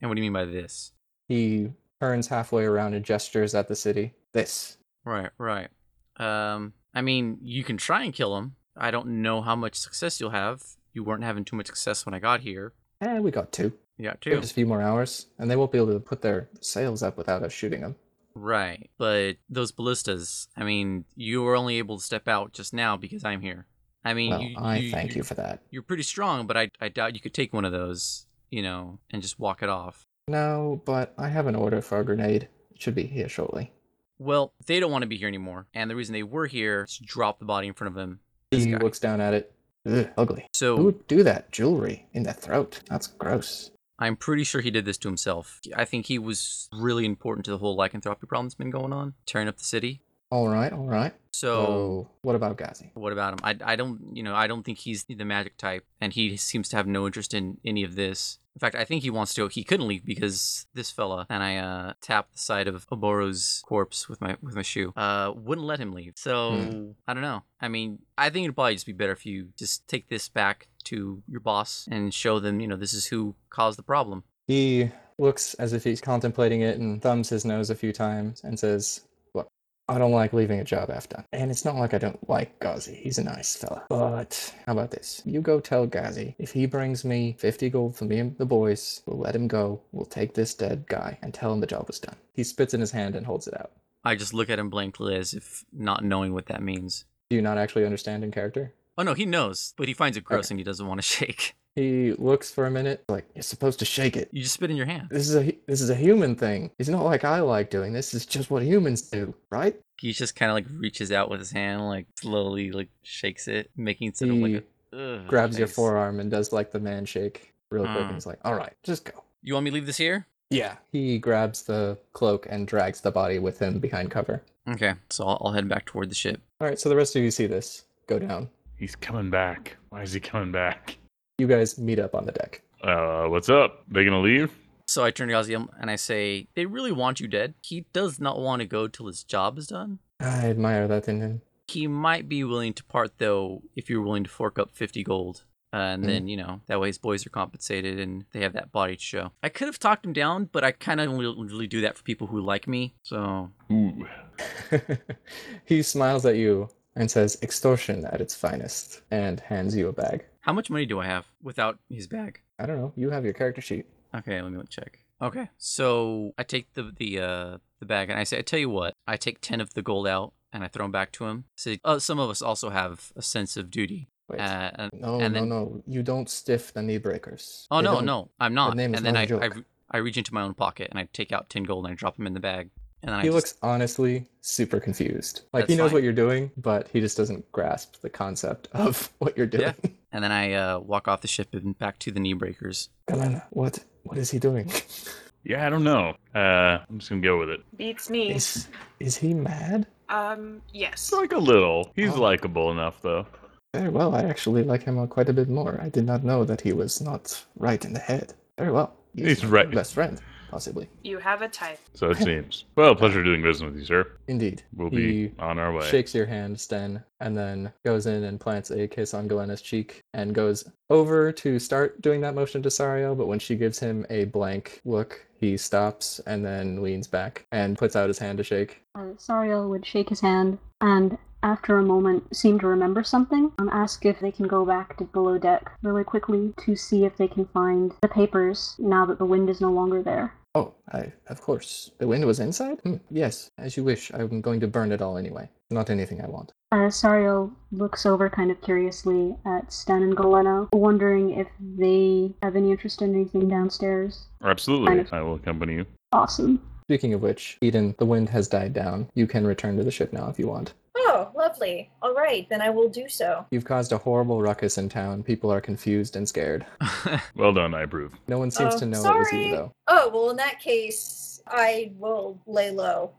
S2: And what do you mean by this?
S1: He turns halfway around and gestures at the city. This.
S2: Right, right. Um, I mean, you can try and kill him. I don't know how much success you'll have. You weren't having too much success when I got here.
S1: Eh, we got two.
S2: Yeah, too.
S1: Give us a few more hours, and they won't be able to put their sails up without us shooting them.
S2: Right, but those ballistas. I mean, you were only able to step out just now because I'm here. I mean,
S1: Well,
S2: you,
S1: I thank you for that.
S2: You're pretty strong, but I I doubt you could take one of those, you know, and just walk it off.
S1: No, but I have an order for a grenade. It should be here shortly.
S2: Well, they don't want to be here anymore, and the reason they were here is to drop the body in front of them. This
S1: He
S2: guy. Oh.
S1: looks down at it. Ugh, ugly. Who
S2: So
S1: would do that? Jewelry in the throat. That's gross.
S2: I'm pretty sure he did this to himself. I think he was really important to the whole lycanthropy problem that's been going on, tearing up the city.
S1: All right, all right.
S2: So
S1: So, what about Ghazi?
S2: what about him? I, I don't you know I don't think he's the magic type, and he seems to have no interest in any of this. In fact, I think he wants to. He couldn't leave because this fella and I uh, tapped the side of Oboro's corpse with my with my shoe. Uh, wouldn't let him leave. So
S1: Hmm.
S2: I don't know. I mean, I think it'd probably just be better if you just take this back to your boss and show them you know this is who caused the problem.
S1: He looks as if he's contemplating it and thumbs his nose a few times and says, Look, I don't like leaving a job half done. And it's not like I don't like Ghazi. He's a nice fella. But how about this? You go tell Ghazi if he brings me 50 gold for me and the boys, we'll let him go. We'll take this dead guy and tell him the job was done. He spits in his hand and holds it out.
S2: I just look at him blankly as if not knowing what that means.
S1: Do you not actually understand in character?
S2: Oh no, he knows, but he finds it gross
S1: Okay.
S2: and he doesn't want to [LAUGHS] shake.
S1: He looks for a minute, like you're supposed to shake it.
S2: You just spit in your hand.
S1: This is a hu- this is a human thing. It's not like I like doing this. It's just what humans do, right?
S2: He just kind of like reaches out with his hand, like slowly like shakes it, making sort of
S1: He
S2: like a ugh
S1: grabs your
S2: face.
S1: forearm and does like the man shake real quick,
S2: Oh, Hmm.
S1: and he's like, "All right, just go."
S2: You want me to leave this here?
S1: Yeah. He grabs the cloak and drags the body with him behind cover.
S2: Okay, so I'll, I'll head back toward the ship.
S1: All right, so the rest of you see this go down.
S6: He's coming back. Why is he coming back?
S1: You guys meet up on the deck.
S6: Uh, what's up? They gonna leave?
S2: So I turn to Gaziel and I say, "They really want you dead. He does not want to go till his job is done.
S1: I admire that in him. [LAUGHS]
S2: He might be willing to part though if you're willing to fork up fifty gold. Uh, and then, you know, that way his boys are compensated and they have that body to show. I could have talked him down, but I kind of only really do that for people who like me. So,
S6: Ooh.
S1: he smiles at you and says, "Extortion at its finest," and hands you a bag.
S2: how much money do I have without his bag?
S1: I don't know. You have your character sheet.
S2: Okay, let me check. Okay, so I take the the uh, the bag and I say, I tell you what, I take ten of the gold out and I throw them back to him. So uh, some of us also have a sense of duty.
S1: Wait.
S2: Uh, and,
S1: no,
S2: and
S1: no,
S2: then-
S1: no. You don't stiff the knee breakers.
S2: Oh
S1: They
S2: no,
S1: don't-
S2: no, I'm not.
S1: name is
S2: and then
S1: not a
S2: I, I
S1: joke.
S2: re- I reach into my own pocket and I take out ten gold and I drop them in the bag. And then I
S1: He
S2: just,
S1: looks honestly super confused. Like he
S2: That's
S1: knows
S2: fine.
S1: what you're doing, but he just doesn't grasp the concept [LAUGHS] of what you're
S2: Yeah.
S1: doing. [LAUGHS]
S2: and then I uh, walk off the ship and back to the knee breakers. [LAUGHS]
S1: Galena, what what is he doing?
S6: Yeah, I don't know. Uh, I'm just gonna go with it.
S3: Beats me.
S1: Is is he mad?
S3: Um, yes.
S6: It's like a little. He's
S1: Oh.
S6: likable enough, though.
S1: Very well. I actually like him uh, quite a bit more. I did not know that he was not right in the head. Very well.
S6: He's
S1: my
S6: right.
S1: Best friend, possibly.
S3: You have a type.
S1: [LAUGHS]
S6: So it seems. Well, pleasure doing business with you, sir.
S1: Indeed.
S6: We'll
S1: he
S6: be on our way.
S1: shakes your hand, Sten, and then goes in and plants a kiss on Galena's cheek and goes over to start doing that motion to Sario, but when she gives him a blank look, he stops and then leans back and puts out his hand to shake.
S5: Uh, Sariel would shake his hand and, after a moment, seem to remember something and ask if they can go back to below deck really quickly to see if they can find the papers now that the wind is no longer there.
S1: Oh, I, of course. The wind was inside? Hmm, yes, as you wish. I'm going to burn it all anyway. Not anything I want.
S5: Uh, Sariel looks over kind of curiously at Sten and Galena, wondering if they have any interest in anything downstairs.
S6: Absolutely. I will accompany you.
S5: Awesome.
S1: Speaking of which, Eden, the wind has died down. You can return to the ship now if you want.
S4: Oh, lovely. All right, then I will do so.
S1: You've caused a horrible ruckus in town. People are confused and scared.
S6: Well done. I approve.
S1: [LAUGHS]
S6: [LAUGHS]
S1: No one seems
S4: Oh,
S1: to know it was
S4: sorry.
S1: you, though.
S4: Oh, well, in that case, I will lay low.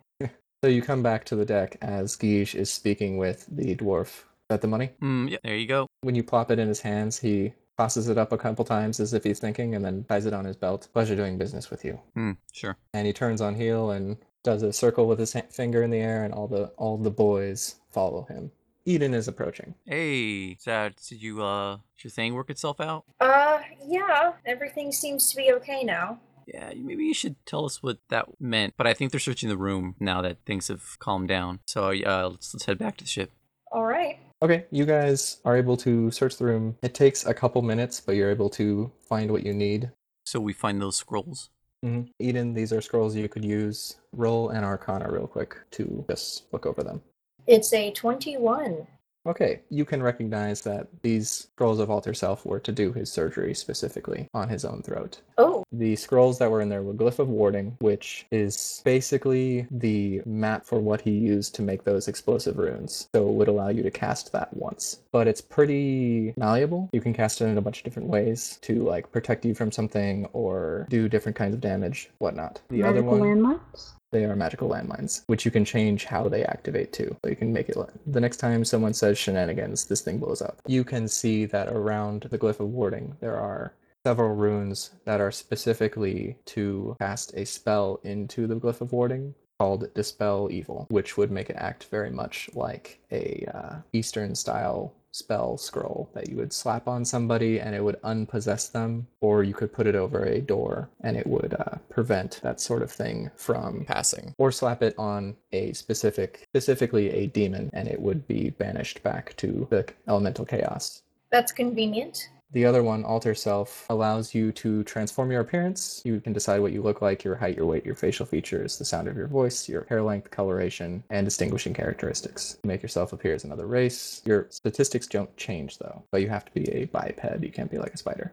S1: So you come back to the deck as Guiche is speaking with the dwarf. Is that the money?
S2: mm, yeah, there you go.
S1: When you plop it in his hands, he tosses it up a couple times as if he's thinking and then ties it on his belt. Pleasure doing business with you.
S2: Mm, sure.
S1: And he turns on heel and does a circle with his ha- finger in the air, and all the all the boys follow him. Eden is approaching.
S2: Hey, Sad, did you uh, did your thing work itself out?
S4: Uh, yeah, everything seems to be okay now.
S2: Yeah, you- maybe you should tell us what that meant. But I think they're searching the room now that things have calmed down. So uh, let's let's head back to the ship.
S4: All right.
S1: Okay, you guys are able to search the room. It takes a couple minutes, but you're able to find what you need.
S2: So we find those scrolls. [LAUGHS]
S1: Eden, these are scrolls you could use. Roll an Arcana real quick to just look over them.
S4: It's a 21.
S1: Okay, you can recognize that these scrolls of Alter Self were to do his surgery specifically on his own throat.
S4: Oh,
S1: The scrolls that were in there were Glyph of Warding, which is basically the map for what he used to make those explosive runes. So it would allow you to cast that once. But it's pretty malleable. You can cast it in a bunch of different ways to like protect you from something or do different kinds of damage, whatnot. The other
S5: Magical
S1: one
S5: landmarks?
S1: they are magical landmines, which you can change how they activate too. So you can make it. li- The next time someone says shenanigans, this thing blows up. You can see that around the glyph of warding, there are several runes that are specifically to cast a spell into the glyph of warding called dispel evil, which would make it act very much like a uh, Eastern style spell scroll that you would slap on somebody and it would unpossess them, or you could put it over a door and it would uh, prevent that sort of thing from passing, or slap it on a specific, specifically a demon, and it would be banished back to the elemental chaos.
S4: that's convenient.
S1: The other one, Alter Self, allows you to transform your appearance. You can decide what you look like, your height, your weight, your facial features, the sound of your voice, your hair length, coloration, and distinguishing characteristics. Make yourself appear as another race. Your statistics don't change, though, but you have to be a biped. You can't be like a spider.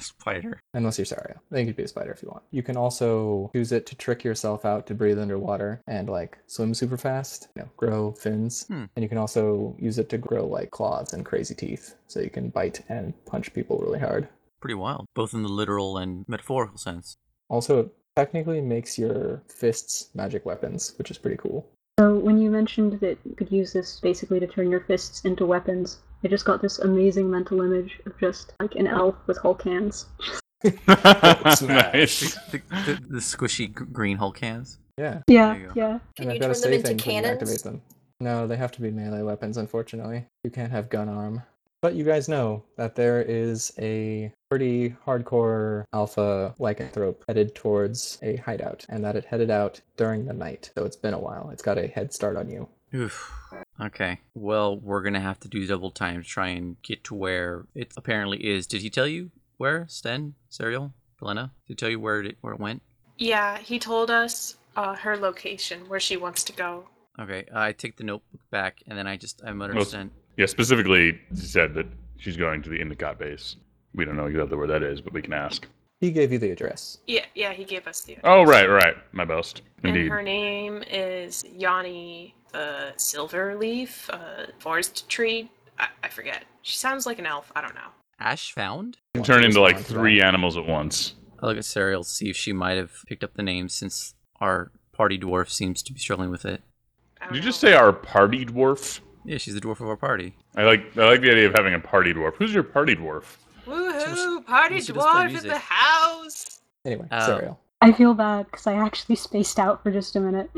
S2: Spider.
S1: Unless you're Saria. Then you could be a spider if you want. You can also use it to trick yourself out to breathe underwater and like swim super fast, you know, grow fins.
S2: Hmm.
S1: And you can also use it to grow like claws and crazy teeth. So you can bite and punch people really hard.
S2: Pretty wild, both in the literal and metaphorical sense.
S1: Also, it technically makes your fists magic weapons, which is pretty cool.
S5: So, when you mentioned that you could use this basically to turn your fists into weapons, I just got this amazing mental image of just like an elf with Hulk hands.
S1: smash.
S6: nice.
S2: The, the, the squishy g- green Hulk hands.
S1: Yeah.
S5: Yeah,
S2: There you go.
S5: yeah.
S1: and
S4: Can you
S1: I've got a
S4: turn them
S1: save
S4: into
S1: thing when you activate
S4: cannons?
S1: them. No, they have to be melee weapons, unfortunately. You can't have gun arm. But you guys know that there is a pretty hardcore alpha lycanthrope headed towards a hideout, and that it headed out during the night. So it's been a while. It's got a head start on you.
S2: Oof. Okay. Well, we're gonna have to do double time to try and get to where it apparently is. Did he tell you where? Sten, Serial, Glenna? Did he tell you where it where it went?
S3: Yeah, he told us uh, her location, where she wants to go.
S2: Okay. I take the notebook back and then I just I mutter to
S6: Well,
S2: Sten.
S6: Yeah, specifically, she said that she's going to the Indicott base. We don't know exactly where that is, but we can ask.
S1: He gave you the address.
S3: Yeah, yeah, he gave us the.
S6: Oh, right, right. My best.
S3: And
S6: Indeed.
S3: her name is Yanni uh, Silverleaf, uh, Forest Tree. I, I forget. She sounds like an elf. I don't know.
S2: Ash found?
S6: You can turn into like
S1: Respond to that.
S6: three animals at once.
S2: I look at Serial, see if she might have picked up the name since our party dwarf seems to be struggling with it.
S3: I
S6: Did you
S3: don't
S6: just
S3: know.
S6: say our party dwarf?
S2: Yeah, she's the dwarf of our party.
S6: I like I like the idea of having a party dwarf. Who's your party dwarf?
S3: Woohoo! Party
S2: she does play
S3: dwarf in
S2: music.
S3: the house.
S1: Anyway,
S4: Oh.
S2: Uh,
S1: Serial.
S5: I feel bad because I actually spaced out for just a minute.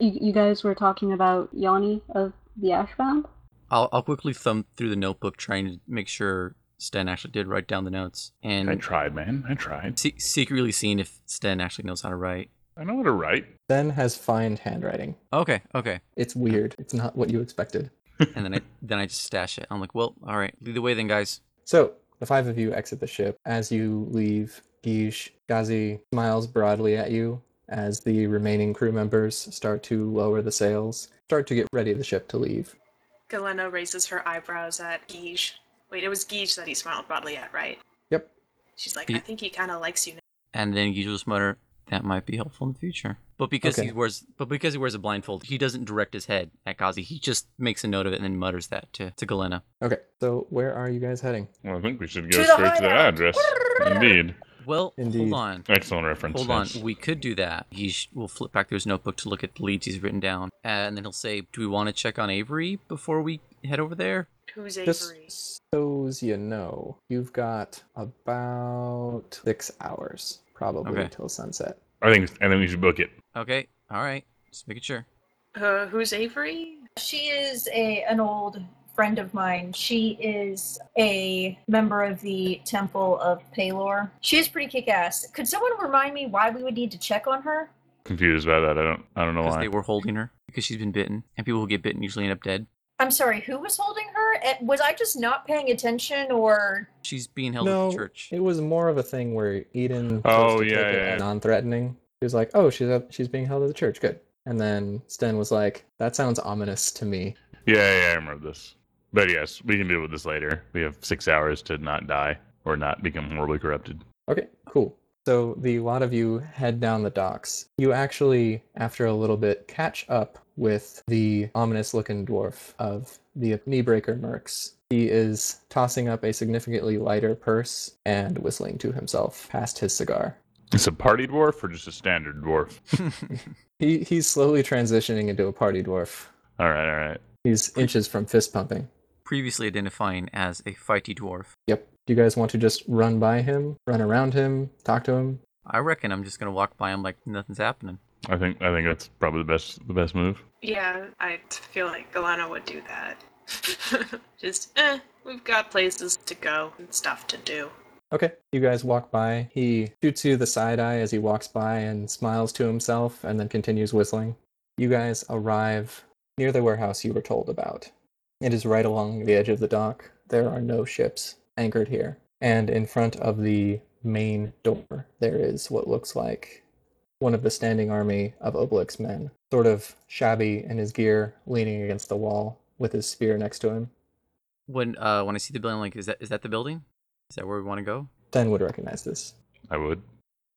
S5: You, you guys were talking about Yanni of the Ashbound?
S2: I'll I'll quickly thumb through the notebook trying to make sure Sten actually did write down the notes
S6: I
S2: and
S6: tried, man. I tried.
S2: se- secretly seeing if Sten actually knows how to write.
S6: I know how to write.
S1: Then has fine handwriting.
S2: Okay, okay.
S1: It's weird. It's not what you expected.
S2: [LAUGHS] and then I then I just stash it. I'm like, well, all right, lead the way then, guys.
S1: So the five of you exit the ship. As you leave, Guiche, Ghazi smiles broadly at you as the remaining crew members start to lower the sails, start to get ready the ship to leave.
S3: Galena raises her eyebrows at Geege. Wait, it was Geege that he smiled broadly at, right?
S1: Yep.
S3: She's like,
S2: Ye-
S3: I think he kind of likes you. now."
S2: And then you just mutter, that might be helpful in the future. But because he
S1: Okay.
S2: wears but because he wears a blindfold, he doesn't direct his head at Kazi. He just makes a note of it and then mutters that to, to Galena.
S1: Okay, so where are you guys heading?
S6: Well, I think we should
S4: To
S6: go
S4: the
S6: straight to the
S4: hideout.
S6: address. Indeed.
S2: Well,
S1: Indeed.
S2: hold on.
S6: Excellent reference.
S2: Hold on,
S6: yes.
S2: we could do that. He sh- will flip back through his notebook to look at the leads he's written down, and then he'll say, "Do we want to check on Avery before we head over there?"
S3: Who's
S1: Just
S3: Avery?
S1: so's you know, you've got about six hours probably
S2: Okay.
S1: until sunset.
S6: I think I think we should book it.
S2: Okay, all right, just making sure.
S3: Uh, who's Avery?
S4: She is a an old friend of mine. She is a member of the Temple of Palor. She is pretty kick-ass. Could someone remind me why we would need to check on her?
S6: Confused by that. I don't I don't know
S2: Because
S6: why.
S2: they were holding her because she's been bitten, and people who get bitten usually end up dead.
S4: I'm sorry, who was holding her? Eh, Was I just not paying attention or
S2: She's being held at
S1: No,
S2: the church.
S1: It was more of a thing where Eden chose
S6: Oh,
S1: to take
S6: yeah,
S1: it
S6: yeah,
S1: as
S6: yeah.
S1: non-threatening. He was like, "Oh, she's at, she's being held at the church. Good." And then Sten was like, "That sounds ominous to me."
S6: Yeah, yeah, I remember this. But yes, we can deal with this later. We have six hours to not die or not become horribly corrupted.
S1: Okay, cool. So the lot of you head down the docks. You actually, after a little bit, catch up with the ominous looking dwarf of the Kneebreaker Mercs. He is tossing up a significantly lighter purse and whistling to himself past his cigar.
S6: It's a party dwarf or just a standard dwarf?
S1: He, he's slowly transitioning into a party dwarf.
S6: All right, all right.
S1: He's inches from fist pumping.
S2: [LAUGHS] previously identifying as a fighty dwarf.
S1: Yep. Do you guys want to just run by him, run around him, talk to him?
S2: I reckon I'm just gonna walk by him like nothing's happening.
S6: I think I think that's probably the best the best move.
S3: Yeah, I feel like Galena would do that. [LAUGHS] Just, eh, we've got places to go and stuff to do.
S1: Okay. You guys walk by. He shoots you the side eye as he walks by and smiles to himself and then continues whistling. You guys arrive near the warehouse you were told about. It is right along the edge of the dock. There are no ships anchored here. And in front of the main door, there is what looks like one of the standing army of Obelix men, sort of shabby in his gear, leaning against the wall with his spear next to him.
S2: When uh when I see the building, I'm like, is that is that the building? Is that where we want to go?
S1: Ten would recognize this.
S6: I would.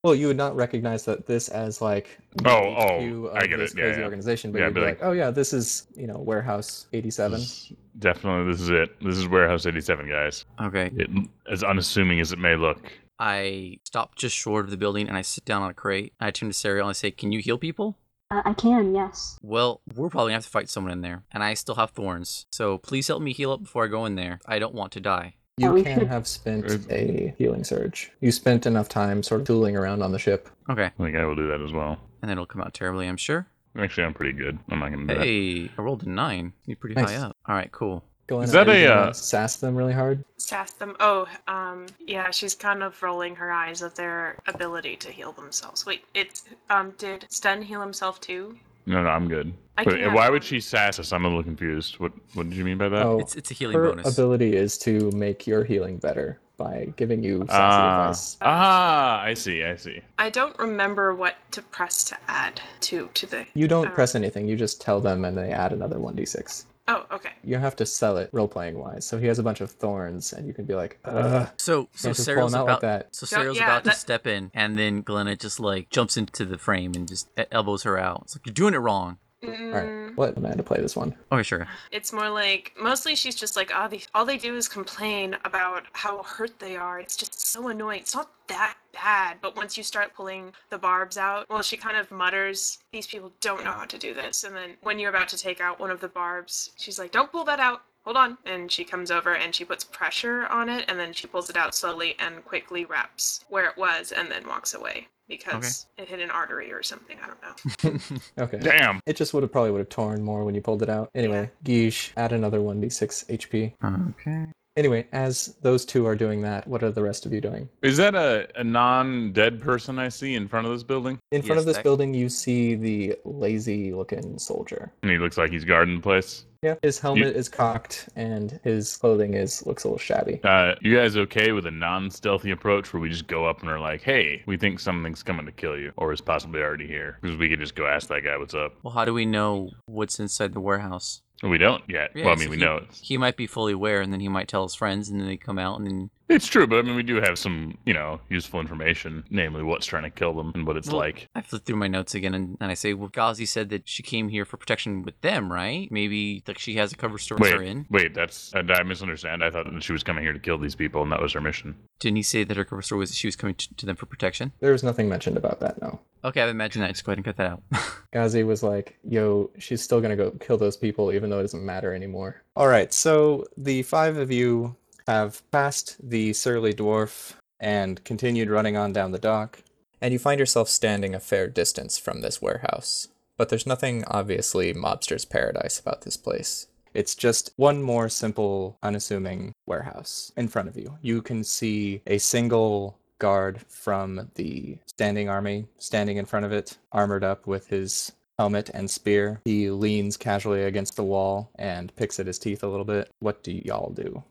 S1: Well, you would not recognize that this as like the
S6: Oh, oh,
S1: HQ
S2: uh,
S1: of
S6: I get
S1: this
S6: it. Yeah,
S1: crazy
S6: yeah.
S1: organization, but
S6: Yeah,
S1: you'd
S6: but
S1: be like,
S6: like-
S1: oh yeah, this is you know warehouse eighty-seven.
S6: This is- definitely, this is it. This is Warehouse 87, guys.
S2: Okay.
S6: It, as unassuming as it may look,
S2: I stop just short of the building and I sit down on a crate. I turn to Serial and I say, Can you heal people?
S5: Uh, I can, yes.
S2: Well, we're probably gonna have to fight someone in there, and I still have thorns. So please help me heal up before I go in there. I don't want to die.
S5: Oh,
S1: You
S5: we
S1: can
S5: should-
S1: have spent
S6: Right.
S1: a healing surge. You spent enough time sort of tooling around on the ship.
S2: Okay.
S6: I think I will do that as well.
S2: And then it'll come out terribly, I'm sure.
S6: Actually, I'm pretty good. I'm not gonna do
S2: Hey, I rolled a nine. You're pretty
S1: Nice.
S2: high up. All right, cool.
S1: Go in
S6: Is
S1: and
S6: that a,
S1: gonna
S6: uh,
S1: sass them really hard?
S3: Sass them. Oh, um, yeah, she's kind of rolling her eyes at their ability to heal themselves. Wait, it's um, did Sten heal himself too?
S6: No, no, I'm good.
S3: I
S6: but
S3: can't-
S6: why would she sass us? I'm a little confused. What What did you mean by that?
S1: Oh,
S2: It's it's a healing
S1: her
S2: bonus.
S1: ability is to make your healing better by giving you sassy
S6: ah,
S1: advice.
S6: ah, I see, I see.
S3: I don't remember what to press to add to to the.
S1: You don't
S2: Ah.
S3: Oh.
S1: press anything. You just tell them, and they add another one d six.
S3: Oh, okay.
S1: You have to sell it role playing wise. So he has a bunch of thorns, and you can be like, Ugh,
S2: So so
S1: Can't just
S2: Sarah's
S1: blown out
S2: about
S1: like that.
S2: so
S3: Yeah,
S2: Sarah's
S3: yeah,
S2: about
S3: that-
S2: to step in, and then Glenna just like jumps into the frame and just e- elbows her out. It's like you're doing it wrong.
S1: "All
S3: Mm,
S1: right, let Amanda play this one."
S2: Okay, [LAUGHS] sure.
S3: It's more like mostly she's just like, oh, they, all they do is complain about how hurt they are. It's just so annoying. It's not that bad, but once you start pulling the barbs out, well, she kind of mutters, these people don't know how to do this. And then when you're about to take out one of the barbs, she's like, don't pull that out. Hold on. And she comes over and she puts pressure on it, and then she pulls it out slowly and quickly wraps where it was and then walks away because it hit an artery or something. I don't know.
S1: Okay.
S6: Damn.
S1: It just would have probably would have torn more when you pulled it out. Anyway, Geesh, add another one d six HP.
S2: Okay.
S1: Anyway, as those two are doing that, what are the rest of you doing?
S6: Is that a, a non dead person I see in front of this building?
S1: In front
S2: Yes,
S1: of this
S2: that-
S1: building, you see the lazy looking soldier.
S6: And he looks like he's guarding the place.
S1: Yeah, his helmet is cocked and his clothing is looks a little shabby.
S6: Uh, you guys okay with a non stealthy approach where we just go up and are like, hey, we think something's coming to kill you or is possibly already here? Because we could just go ask that guy what's up.
S2: Well, how do we know what's inside the warehouse?
S6: We don't yet.
S2: Yeah,
S6: well, I
S2: so
S6: mean, we
S2: he-
S6: know it's.
S2: He might be fully aware, and then he might tell his friends, and then they come out, and then
S6: It's true, but I mean, we do have some, you know, useful information, namely what's trying to kill them and what it's
S2: Well-
S6: like.
S2: I flip through my notes again, and, and I say, "Well, Ghazi said that she came here for protection with them, right? Maybe like she has a cover story
S6: Wait,
S2: her in.
S6: wait, that's. I, I misunderstand. I thought that she was coming here to kill these people and that was her mission.
S2: Didn't he say that her cover story was that she was coming to, to them for protection?
S1: There was nothing mentioned about that, no.
S2: Okay, I've imagined that. Just go ahead and cut that out. [LAUGHS]
S1: Ghazi was like, yo, she's still gonna go kill those people even though it doesn't matter anymore. Alright, so the five of you have passed the surly dwarf and continued running on down the dock, and you find yourself standing a fair distance from this warehouse. But there's nothing obviously mobster's paradise about this place. It's just one more simple, unassuming warehouse in front of you. You can see a single guard from the standing army standing in front of it, armored up with his helmet and spear. He leans casually against the wall and picks at his teeth a little bit. What do y'all do?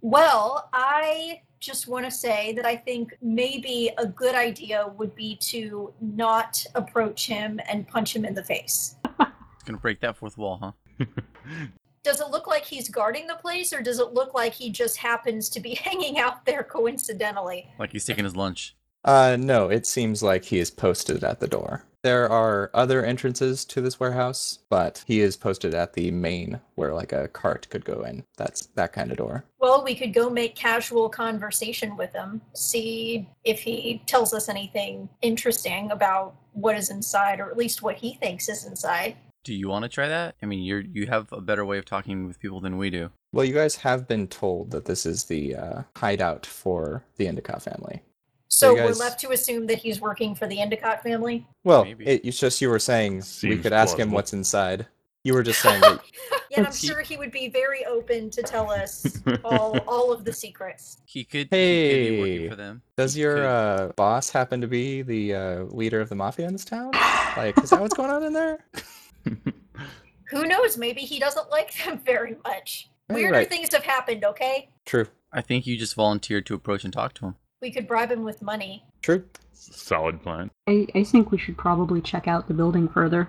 S4: Well, I just want to say that I think maybe a good idea would be to not approach him and punch him in the face.
S2: It's gonna break that fourth wall, huh?
S4: Does it look like he's guarding the place, or does it look like he just happens to be [LAUGHS] hanging out there coincidentally?
S2: Like he's taking his lunch.
S1: Uh, no, it seems like he is posted at the door. There are other entrances to this warehouse, but he is posted at the main where like a cart could go in. That's that kind of door.
S4: Well, we could go make casual conversation with him, see if he tells us anything interesting about what is inside, or at least what he thinks is inside.
S2: Do you want to try that? I mean, you're you have a better way of talking with people than we do.
S1: Well, you guys have been told that this is the uh, hideout for the Endicott family.
S4: So
S1: you guys-
S4: we're left to assume that he's working for the Endicott family.
S1: Well,
S2: Maybe.
S1: it, it's just you were saying we
S6: Seems
S1: could ask him
S6: plausible.
S1: what's inside. You were just saying that.
S4: Yeah, I'm sure he would be very open to
S1: [LAUGHS]
S4: tell us all, all of the secrets.
S2: He could. he could be
S1: Hey.
S2: working for them.
S1: Does
S2: He
S1: your
S2: could.
S1: uh, boss happen to be the uh, leader of the mafia in this town? Like, is that what's going on in there?
S4: Who knows? Maybe he doesn't like them [LAUGHS] very much.
S1: Hey,
S4: Weirder
S1: right.
S4: things have happened, okay?
S1: True,
S2: I think you just volunteered to approach and talk to him.
S4: We could bribe him with money.
S1: true.
S6: Solid plan.
S5: I, I think we should probably check out the building further.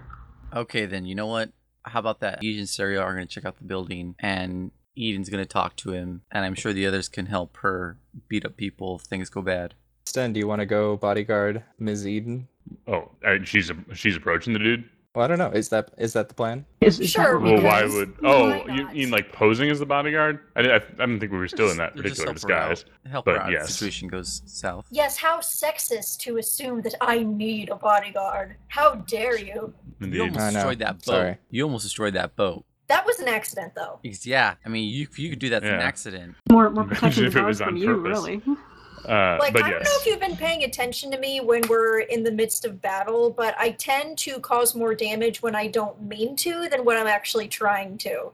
S2: Okay, then you know what? How about that? Eden and Saria are going to check out the building, and Eden's going to talk to him, and I'm sure the others can help her beat up people if things go bad.
S1: Sten, do you want to go bodyguard Ms. Eden?
S6: Oh, and she's she's approaching the dude.
S1: Well, I don't know. Is that is that the plan?
S5: Is, is that
S4: Sure,
S5: what we
S6: Well,
S5: do?
S6: why
S4: Because-
S6: would?
S4: why
S6: Oh, you
S4: not?
S6: mean like posing as the bodyguard? I, I, I didn't think we were still in that
S2: Just- just
S6: particular
S2: help her out.
S6: disguise.
S2: Help her
S6: but
S2: out if the
S6: yes.
S2: situation goes south.
S4: Yes, how sexist to assume that I need a bodyguard. How dare you?
S2: You
S6: Indeed.
S2: almost
S1: I know.
S2: destroyed that boat.
S1: Sorry.
S2: You almost destroyed that boat.
S4: That was an accident, though.
S2: Because, Yeah, I mean, you you could do that to an
S6: Yeah.
S2: accident.
S5: More, more protection
S6: [LAUGHS] if it was
S5: from
S6: on
S5: you,
S6: purpose.
S5: really.
S6: Uh,
S4: Like,
S6: but
S4: I don't know
S6: yes,
S4: if you've been paying attention to me when we're in the midst of battle, but I tend to cause more damage when I don't mean to than when I'm actually trying to.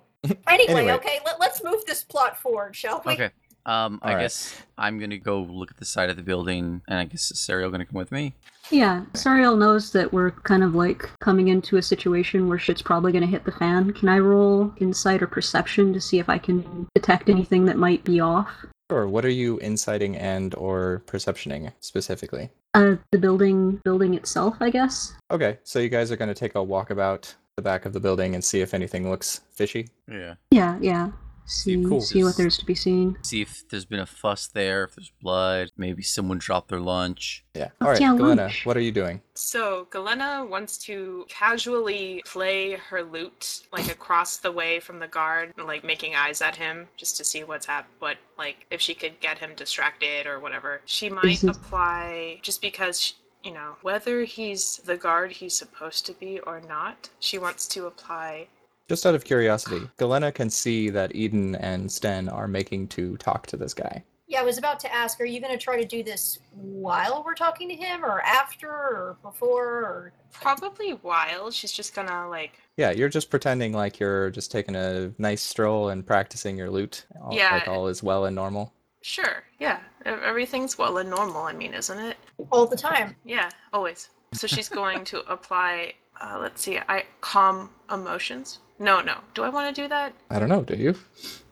S4: Anyway,
S1: Anyway.
S4: okay, let, let's move this plot forward, shall we?
S2: Okay. Um, I
S1: All right.
S2: guess I'm gonna go look at the side of the building, and I guess is Serial gonna come with me.
S5: Yeah, Sariel knows that we're kind of like coming into a situation where shit's probably gonna hit the fan. Can I roll insight or perception to see if I can detect anything that might be off?
S1: Sure. What are you inciting and or perceptioning specifically?
S5: Uh, the building building itself, I guess.
S1: Okay, so you guys are going to take a walkabout the back of the building and see if anything looks fishy.
S2: Yeah.
S5: Yeah, yeah. See,
S1: cool.
S5: see what there's to be seen.
S2: See if there's been a fuss there, if there's blood, maybe someone dropped their lunch.
S1: Yeah.
S5: Oh,
S1: All right,
S5: yeah,
S1: Galena,
S5: lunch.
S1: what are you doing?
S3: So Galena wants to casually play her lute like across the way from the guard, like making eyes at him just to see what's hap what like if she could get him distracted or whatever. She might
S5: Mhm.
S3: apply just because sh you know whether he's the guard he's supposed to be or not. She wants to apply.
S1: Just out of curiosity, Galena can see that Eden and Sten are making to talk to this guy.
S4: Yeah, I was about to ask, are you going to try to do this while we're talking to him, or after, or before, or
S3: Probably while she's just gonna like
S1: Yeah, you're just pretending like you're just taking a nice stroll and practicing your lute. all-
S3: Yeah.
S1: Like all is well and normal.
S3: sure yeah e- everything's well and normal. I mean, isn't it?
S4: all the time?
S3: Yeah, always. So she's going to apply. Uh, let's see. I calm emotions. No, no. Do I want to do that?
S1: I don't know, do you?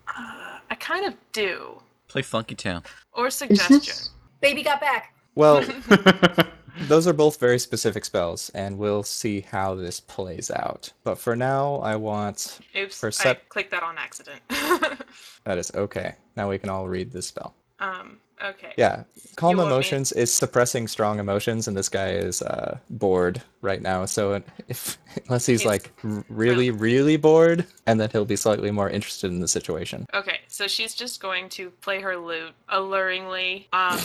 S3: Uh, I kind of do.
S2: Play Funky Town.
S3: Or
S5: Is
S3: suggestion.
S5: this?
S4: Baby got back.
S1: Well, those are both very specific spells, and we'll see how this plays out. But for now, I want
S3: Oops. I
S1: Percep-
S3: clicked that on accident. [LAUGHS]
S1: that is okay. Now we can all read this spell.
S3: um. Okay.
S1: Yeah, calm
S3: You want me-
S1: emotions is suppressing strong emotions, and this guy is uh, bored right now. So if unless he's
S3: He's
S1: like r- really, really bored, and then he'll be slightly more interested in the situation.
S3: Okay. So she's just going to play her lute alluringly, um,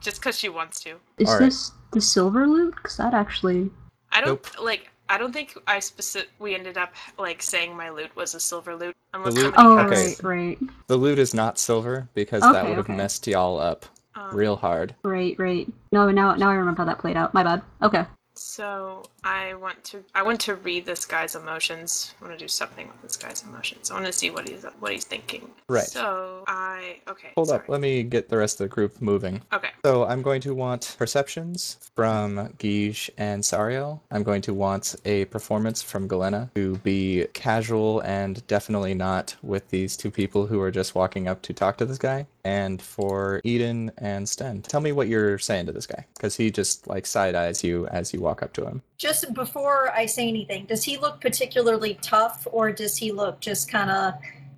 S3: just because she wants to.
S5: Is
S1: Alright.
S5: this the silver loot? Because that actually.
S3: I don't like. I don't think I specific. We ended up like saying my lute was a silver lute, unless
S1: lute-
S3: somebody
S5: Oh
S3: else-
S1: Okay.
S5: right, right,
S1: The loot is not silver because that
S5: Okay,
S1: would have
S5: okay.
S1: messed y'all up
S3: um,
S1: real hard.
S5: right, right. No, now now I remember how that played out. My bad. Okay.
S3: So I want to I want to read this guy's emotions. I want to do something with this guy's emotions. I want to see what he's what he's thinking.
S1: Right.
S3: So I okay.
S1: Hold up,
S3: sorry.
S1: let me get the rest of the group moving.
S3: Okay.
S1: So I'm going to want perceptions from Guige and Sariel. I'm going to want a performance from Galena to be casual and definitely not with these two people who are just walking up to talk to this guy. And for Eden and Sten, tell me what you're saying to this guy because he just like side eyes you as you walk up to him.
S4: Just before I say anything, does he look particularly tough, or does he look just kind of,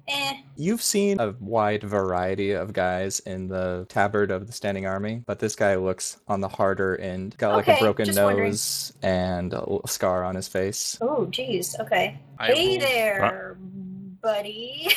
S4: eh?
S1: You've seen a wide variety of guys in the tabard of the standing army, but this guy looks on the harder end. Got like a
S4: Okay,
S1: broken
S4: just wondering.
S1: nose and a l- scar on his face.
S4: Oh, geez. Okay.
S2: I
S4: hey
S2: rolled-
S4: there,
S6: [LAUGHS]
S4: buddy.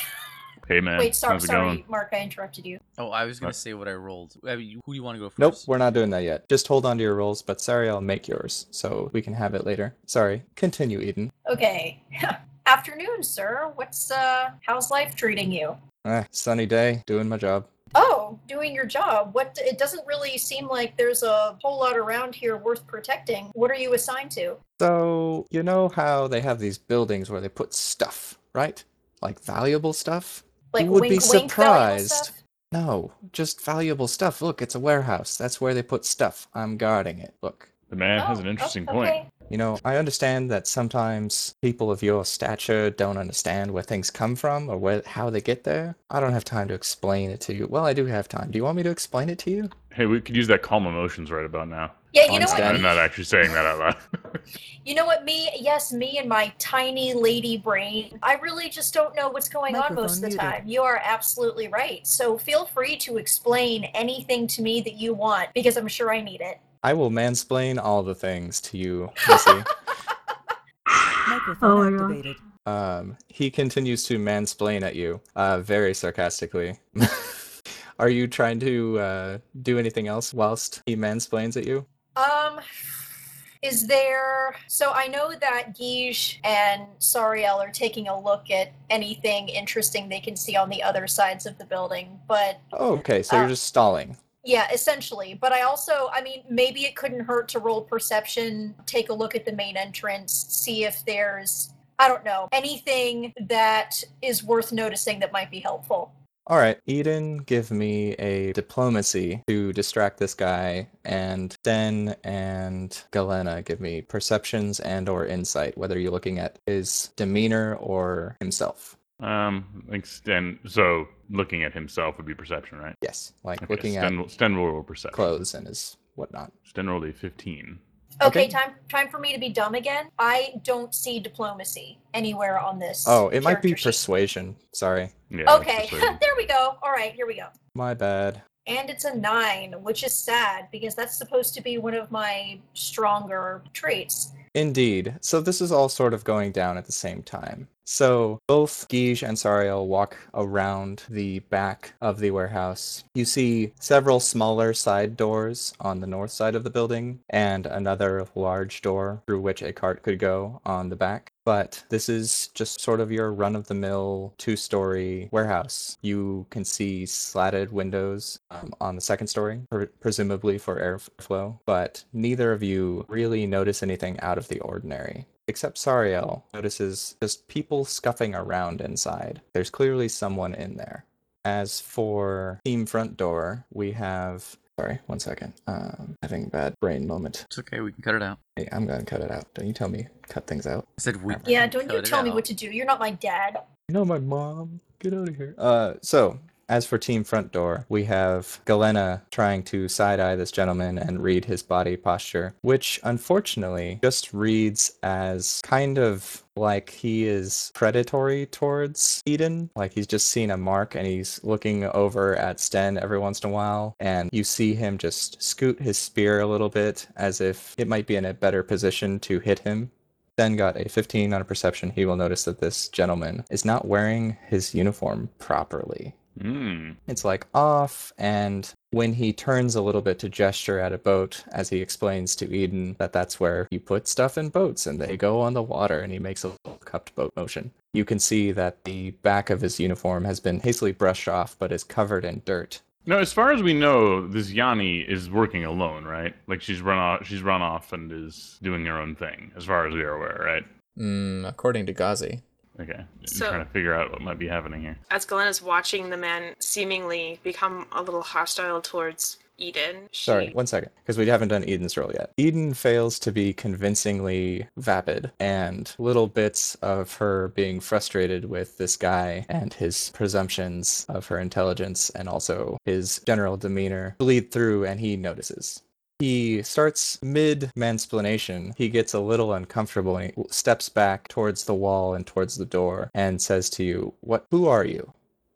S6: hey man,
S4: Wait, sorry,
S6: how's it
S4: sorry,
S6: going?
S4: Mark. I interrupted you.
S2: Oh, I was gonna
S6: What?
S2: say what I rolled. I mean, who do you want to go first?
S1: Nope, we're not doing that yet. Just hold on to your rolls, but sorry, I'll make yours so we can have it later. Sorry. Continue, Eden.
S4: Okay. [LAUGHS] Afternoon, sir. What's uh? How's life treating you?
S1: Eh, sunny day, doing my job.
S4: Oh, doing your job. What? It doesn't really seem like there's a whole lot around here worth protecting. What are you assigned to?
S1: So, you know how they have these buildings where they put stuff, right? Like valuable stuff?
S4: Like
S1: You would be
S4: wink, wink, valuable
S1: surprised.
S4: stuff?
S1: No, just valuable stuff. Look, it's a warehouse. That's where they put stuff. I'm guarding it. Look.
S6: The man has
S4: Oh,
S6: an
S4: o-
S6: interesting point.
S4: okay.
S1: You know, I understand that sometimes people of your stature don't understand where things come from or where, how they get there. I don't have time to explain it to you. Well, I do have time. Do you want me to explain it to you?
S6: Hey, we could use that calm emotions right about now.
S4: Yeah, you know
S1: Understand.
S4: what?
S6: I'm not actually saying that out loud. [LAUGHS]
S4: You know what? Me, yes, me and my tiny lady brain. I really just don't know what's going on most of the time. You are absolutely right. So feel free to explain anything to me that you want because I'm sure I need it.
S1: I will mansplain all the things to you,
S6: [LAUGHS]
S1: Missy.
S5: Oh my
S7: Microphone
S5: God.
S7: activated.
S1: um, he continues to mansplain at you, uh, very sarcastically. [LAUGHS] Are you trying to uh, do anything else whilst he mansplains at you?
S4: Um, is there? So I know that Guige and Sariel are taking a look at anything interesting they can see on the other sides of the building, but
S1: Oh, okay, so you're
S4: Uh,
S1: just stalling.
S4: yeah, essentially. But I also, I mean, maybe it couldn't hurt to roll perception, take a look at the main entrance, see if there's. I don't know, anything that is worth noticing that might be helpful.
S1: All right, Eden, give me a diplomacy to distract this guy, and Den and Galena give me perceptions and or insight, whether you're looking at his demeanor or himself.
S6: Um, like Sten. So looking at himself would be perception, right?
S1: Yes, like
S6: Okay,
S1: looking
S6: Sten,
S1: at
S6: will- Sten will roll perception.
S1: clothes and his whatnot.
S6: Sten rolled a 15.
S4: Okay,
S1: Okay.
S4: time time for me to be dumb again. I don't see diplomacy anywhere on this.
S1: Oh, it might be
S4: character sheet.
S1: persuasion. Sorry,
S6: Yeah. that's
S4: okay,
S6: persuasion.
S4: [LAUGHS] there we go. All right, here we go.
S1: my bad.
S4: And it's a nine, which is sad because that's supposed to be one of my stronger traits.
S1: Indeed. So this is all sort of going down at the same time. So both Guige and Sariel walk around the back of the warehouse. You see several smaller side doors on the north side of the building and another large door through which a cart could go on the back. But this is just sort of your run of the mill two story warehouse. You can see slatted windows um, on the second story, pre- presumably for airflow, but neither of you really notice anything out of the ordinary. Except Sariel notices just people scuffing around inside. There's clearly someone in there. As for team front door, we have. Sorry, one second. Um, having a bad brain moment.
S2: It's okay. We can cut it out.
S1: Hey, I'm gonna cut it out. Don't you tell me cut things out.
S2: I said we.
S4: Yeah,
S2: can
S4: don't you
S2: cut it
S4: tell me
S2: out.
S4: what to do. You're not my dad.
S1: You know my mom. Get out of here. Uh, so as for Team Front Door, we have Galena trying to side eye this gentleman and read his body posture, which unfortunately just reads as kind of like he is predatory towards Eden. Like he's just seen a mark and he's looking over at Sten every once in a while, and you see him just scoot his spear a little bit as if it might be in a better position to hit him Ben got a 15 on a perception. He will notice that this gentleman is not wearing his uniform properly.
S6: Mm.
S1: It's like off, and when he turns a little bit to gesture at a boat, as he explains to Eden that that's where you put stuff in boats and they go on the water, and he makes a little cupped boat motion. You can see that the back of his uniform has been hastily brushed off, but is covered in dirt.
S6: Now, as far as we know, this Yanni is working alone, right? Like she's run off. She's run off and is doing her own thing, as far as we are aware, right?
S1: Mm, according to Ghazi.
S6: Okay. I'm
S3: So-
S6: trying to figure out what might be happening here.
S3: As Galena's watching the man seemingly become a little hostile towards Eden, she,
S1: Sorry, one second, because we haven't done Eden's roll yet. Eden fails to be convincingly vapid, and little bits of her being frustrated with this guy and his presumptions of her intelligence and also his general demeanor bleed through, and he notices. He starts mid mansplanation. He gets a little uncomfortable and he steps back towards the wall and towards the door and says to you, "What? Who are you?"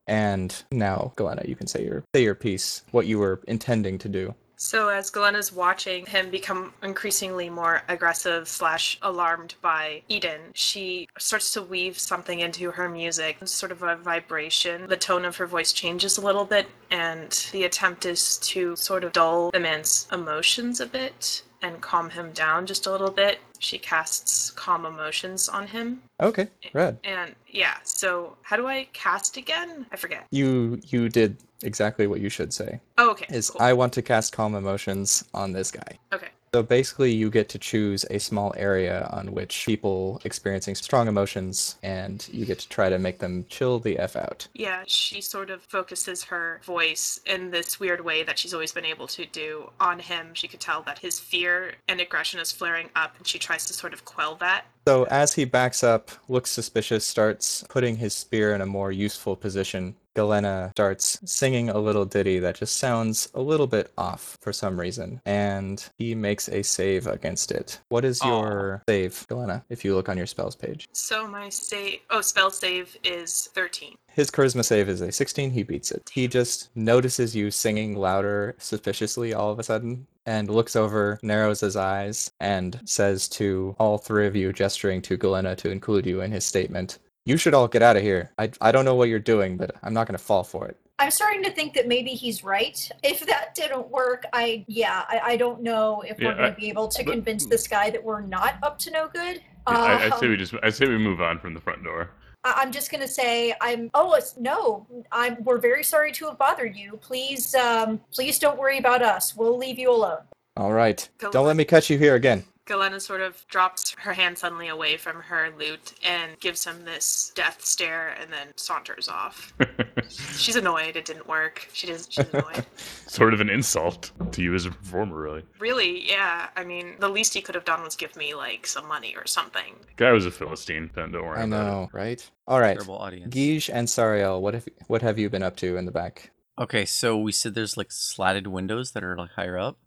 S1: And now, Galena, you can say your say your piece, what you were intending to do.
S3: So as Galena's watching him become increasingly more aggressive slash alarmed by Eden, she starts to weave something into her music, sort of a vibration. The tone of her voice changes a little bit, and the attempt is to sort of dull the man's emotions a bit and calm him down just a little bit. She casts calm emotions on him.
S1: Okay, red.
S3: And yeah, so how do I cast again? I forget.
S1: You you did exactly what you should say.
S3: Oh, okay.
S1: Is
S3: cool.
S1: I want to cast calm emotions on this guy.
S3: Okay.
S1: So basically, you get to choose a small area on which people experiencing strong emotions, and you get to try to make them chill the f out.
S3: Yeah, she sort of focuses her voice in this weird way that she's always been able to do on him. She could tell that his fear and aggression is flaring up, and she tries to sort of quell that.
S1: So as he backs up, looks suspicious, starts putting his spear in a more useful position, Galena starts singing a little ditty that just sounds a little bit off for some reason, and he makes a save against it. What is
S2: Aw.
S1: your save, Galena, if you look on your spells page?
S3: So my save, oh, spell save is 13.
S1: His charisma save is a 16. He beats it. He just notices you singing louder, suspiciously, all of a sudden, and looks over, narrows his eyes, and says to all three of you, gesturing to Galena to include you in his statement, You should all get out of here. I, I don't know what you're doing, but I'm not going to fall for it.
S4: I'm starting to think that maybe he's right. If that didn't work, I yeah, I, I don't know if
S6: Yeah,
S4: we're going
S6: I-
S4: to be able to
S6: but-
S4: convince this guy that we're not up to no good.
S6: Yeah, I, I say
S4: Um,
S6: we just. I say we move on from the front door. [LAUGHS]
S4: I- I'm just gonna say I'm. Oh it's, no, I'm. We're very sorry to have bothered you. Please, um, please don't worry about us. We'll leave you alone.
S1: All right.
S3: Go
S1: Don't let me catch you here again.
S3: Galena sort of drops her hand suddenly away from her lute and gives him this death stare and then saunters off. She's annoyed. It didn't work. She does. She's annoyed. [LAUGHS]
S6: sort of an insult to you as a performer, really.
S3: really, yeah. I mean, the least he could have done was give me like some money or something.
S6: Guy was a philistine. Don't don't
S1: [LAUGHS]
S6: worry
S1: I
S6: about it.
S1: know, right? All right.
S2: Terrible audience.
S1: Guige and Sariel, what have what have you been up to in the back?
S2: Okay, so we said there's like slatted windows that are like higher up.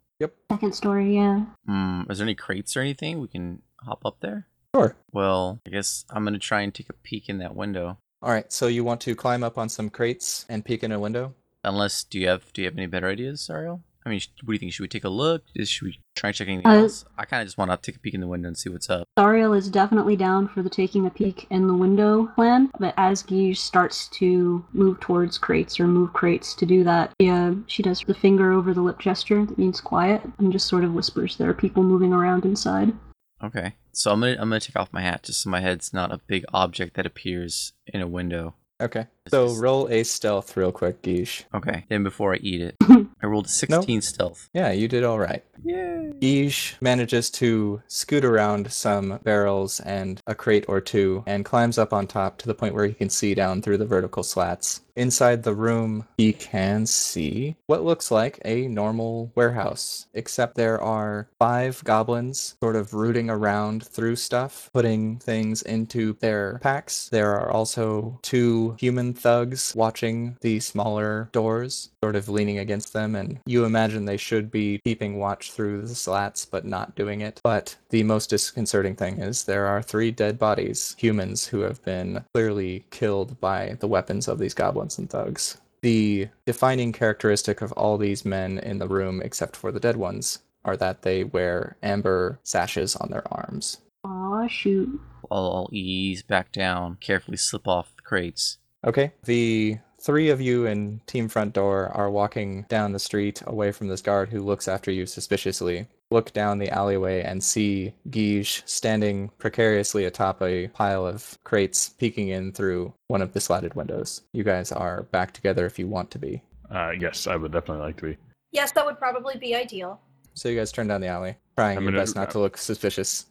S5: Second story, yeah.
S2: Hmm, is there any crates or anything we can hop up there?
S1: Sure.
S2: Well, I guess I'm gonna try and take a peek in that window.
S1: All right. So you want to climb up on some crates and peek in a window?
S2: Unless, do you have do you have any better ideas, Ariel? I mean, sh- what do you think? Should we take a look? Is- Should we try and check anything
S5: Uh,
S2: else? I kind of just want to take a peek in the window and see what's up.
S5: Sariel is definitely down for the taking a peek in the window plan, but as Guige starts to move towards crates or move crates to do that, yeah, she does the finger over the lip gesture that means quiet and just sort of whispers there are people moving around inside.
S2: Okay, so I'm gonna I'm gonna take off my hat just so my head's not a big object that appears in a window.
S1: Okay.
S2: This
S1: So
S2: is-
S1: roll a stealth real quick, Guige.
S2: Okay, then before I eat it, I rolled a 16 stealth.
S1: Yeah, you did all right.
S2: Yay!
S1: Guige manages to scoot around some barrels and a crate or two and climbs up on top to the point where he can see down through the vertical slats. Inside the room, he can see what looks like a normal warehouse, except there are five goblins sort of rooting around through stuff, putting things into their packs. There are also two human thugs watching the smaller doors, sort of leaning against them, and you imagine they should be keeping watch through the slats but not doing it. But the most disconcerting thing is there are three dead bodies, humans who have been clearly killed by the weapons of these goblins and thugs. The defining characteristic of all these men in the room, except for the dead ones, are that they wear amber sashes on their arms.
S5: Aw, shoot.
S2: I'll, I'll ease back down, carefully slip off the crates.
S1: Okay. The three of you in Team Front Door are walking down the street away from this guard who looks after you suspiciously. Look down the alleyway and see Guige standing precariously atop a pile of crates peeking in through one of the slatted windows. You guys are back together if you want to be.
S6: Uh, yes, I would definitely like to be.
S4: Yes, that would probably be ideal.
S1: So you guys turn down the alley, trying
S6: I'm
S1: your
S6: gonna-
S1: best not to look suspicious.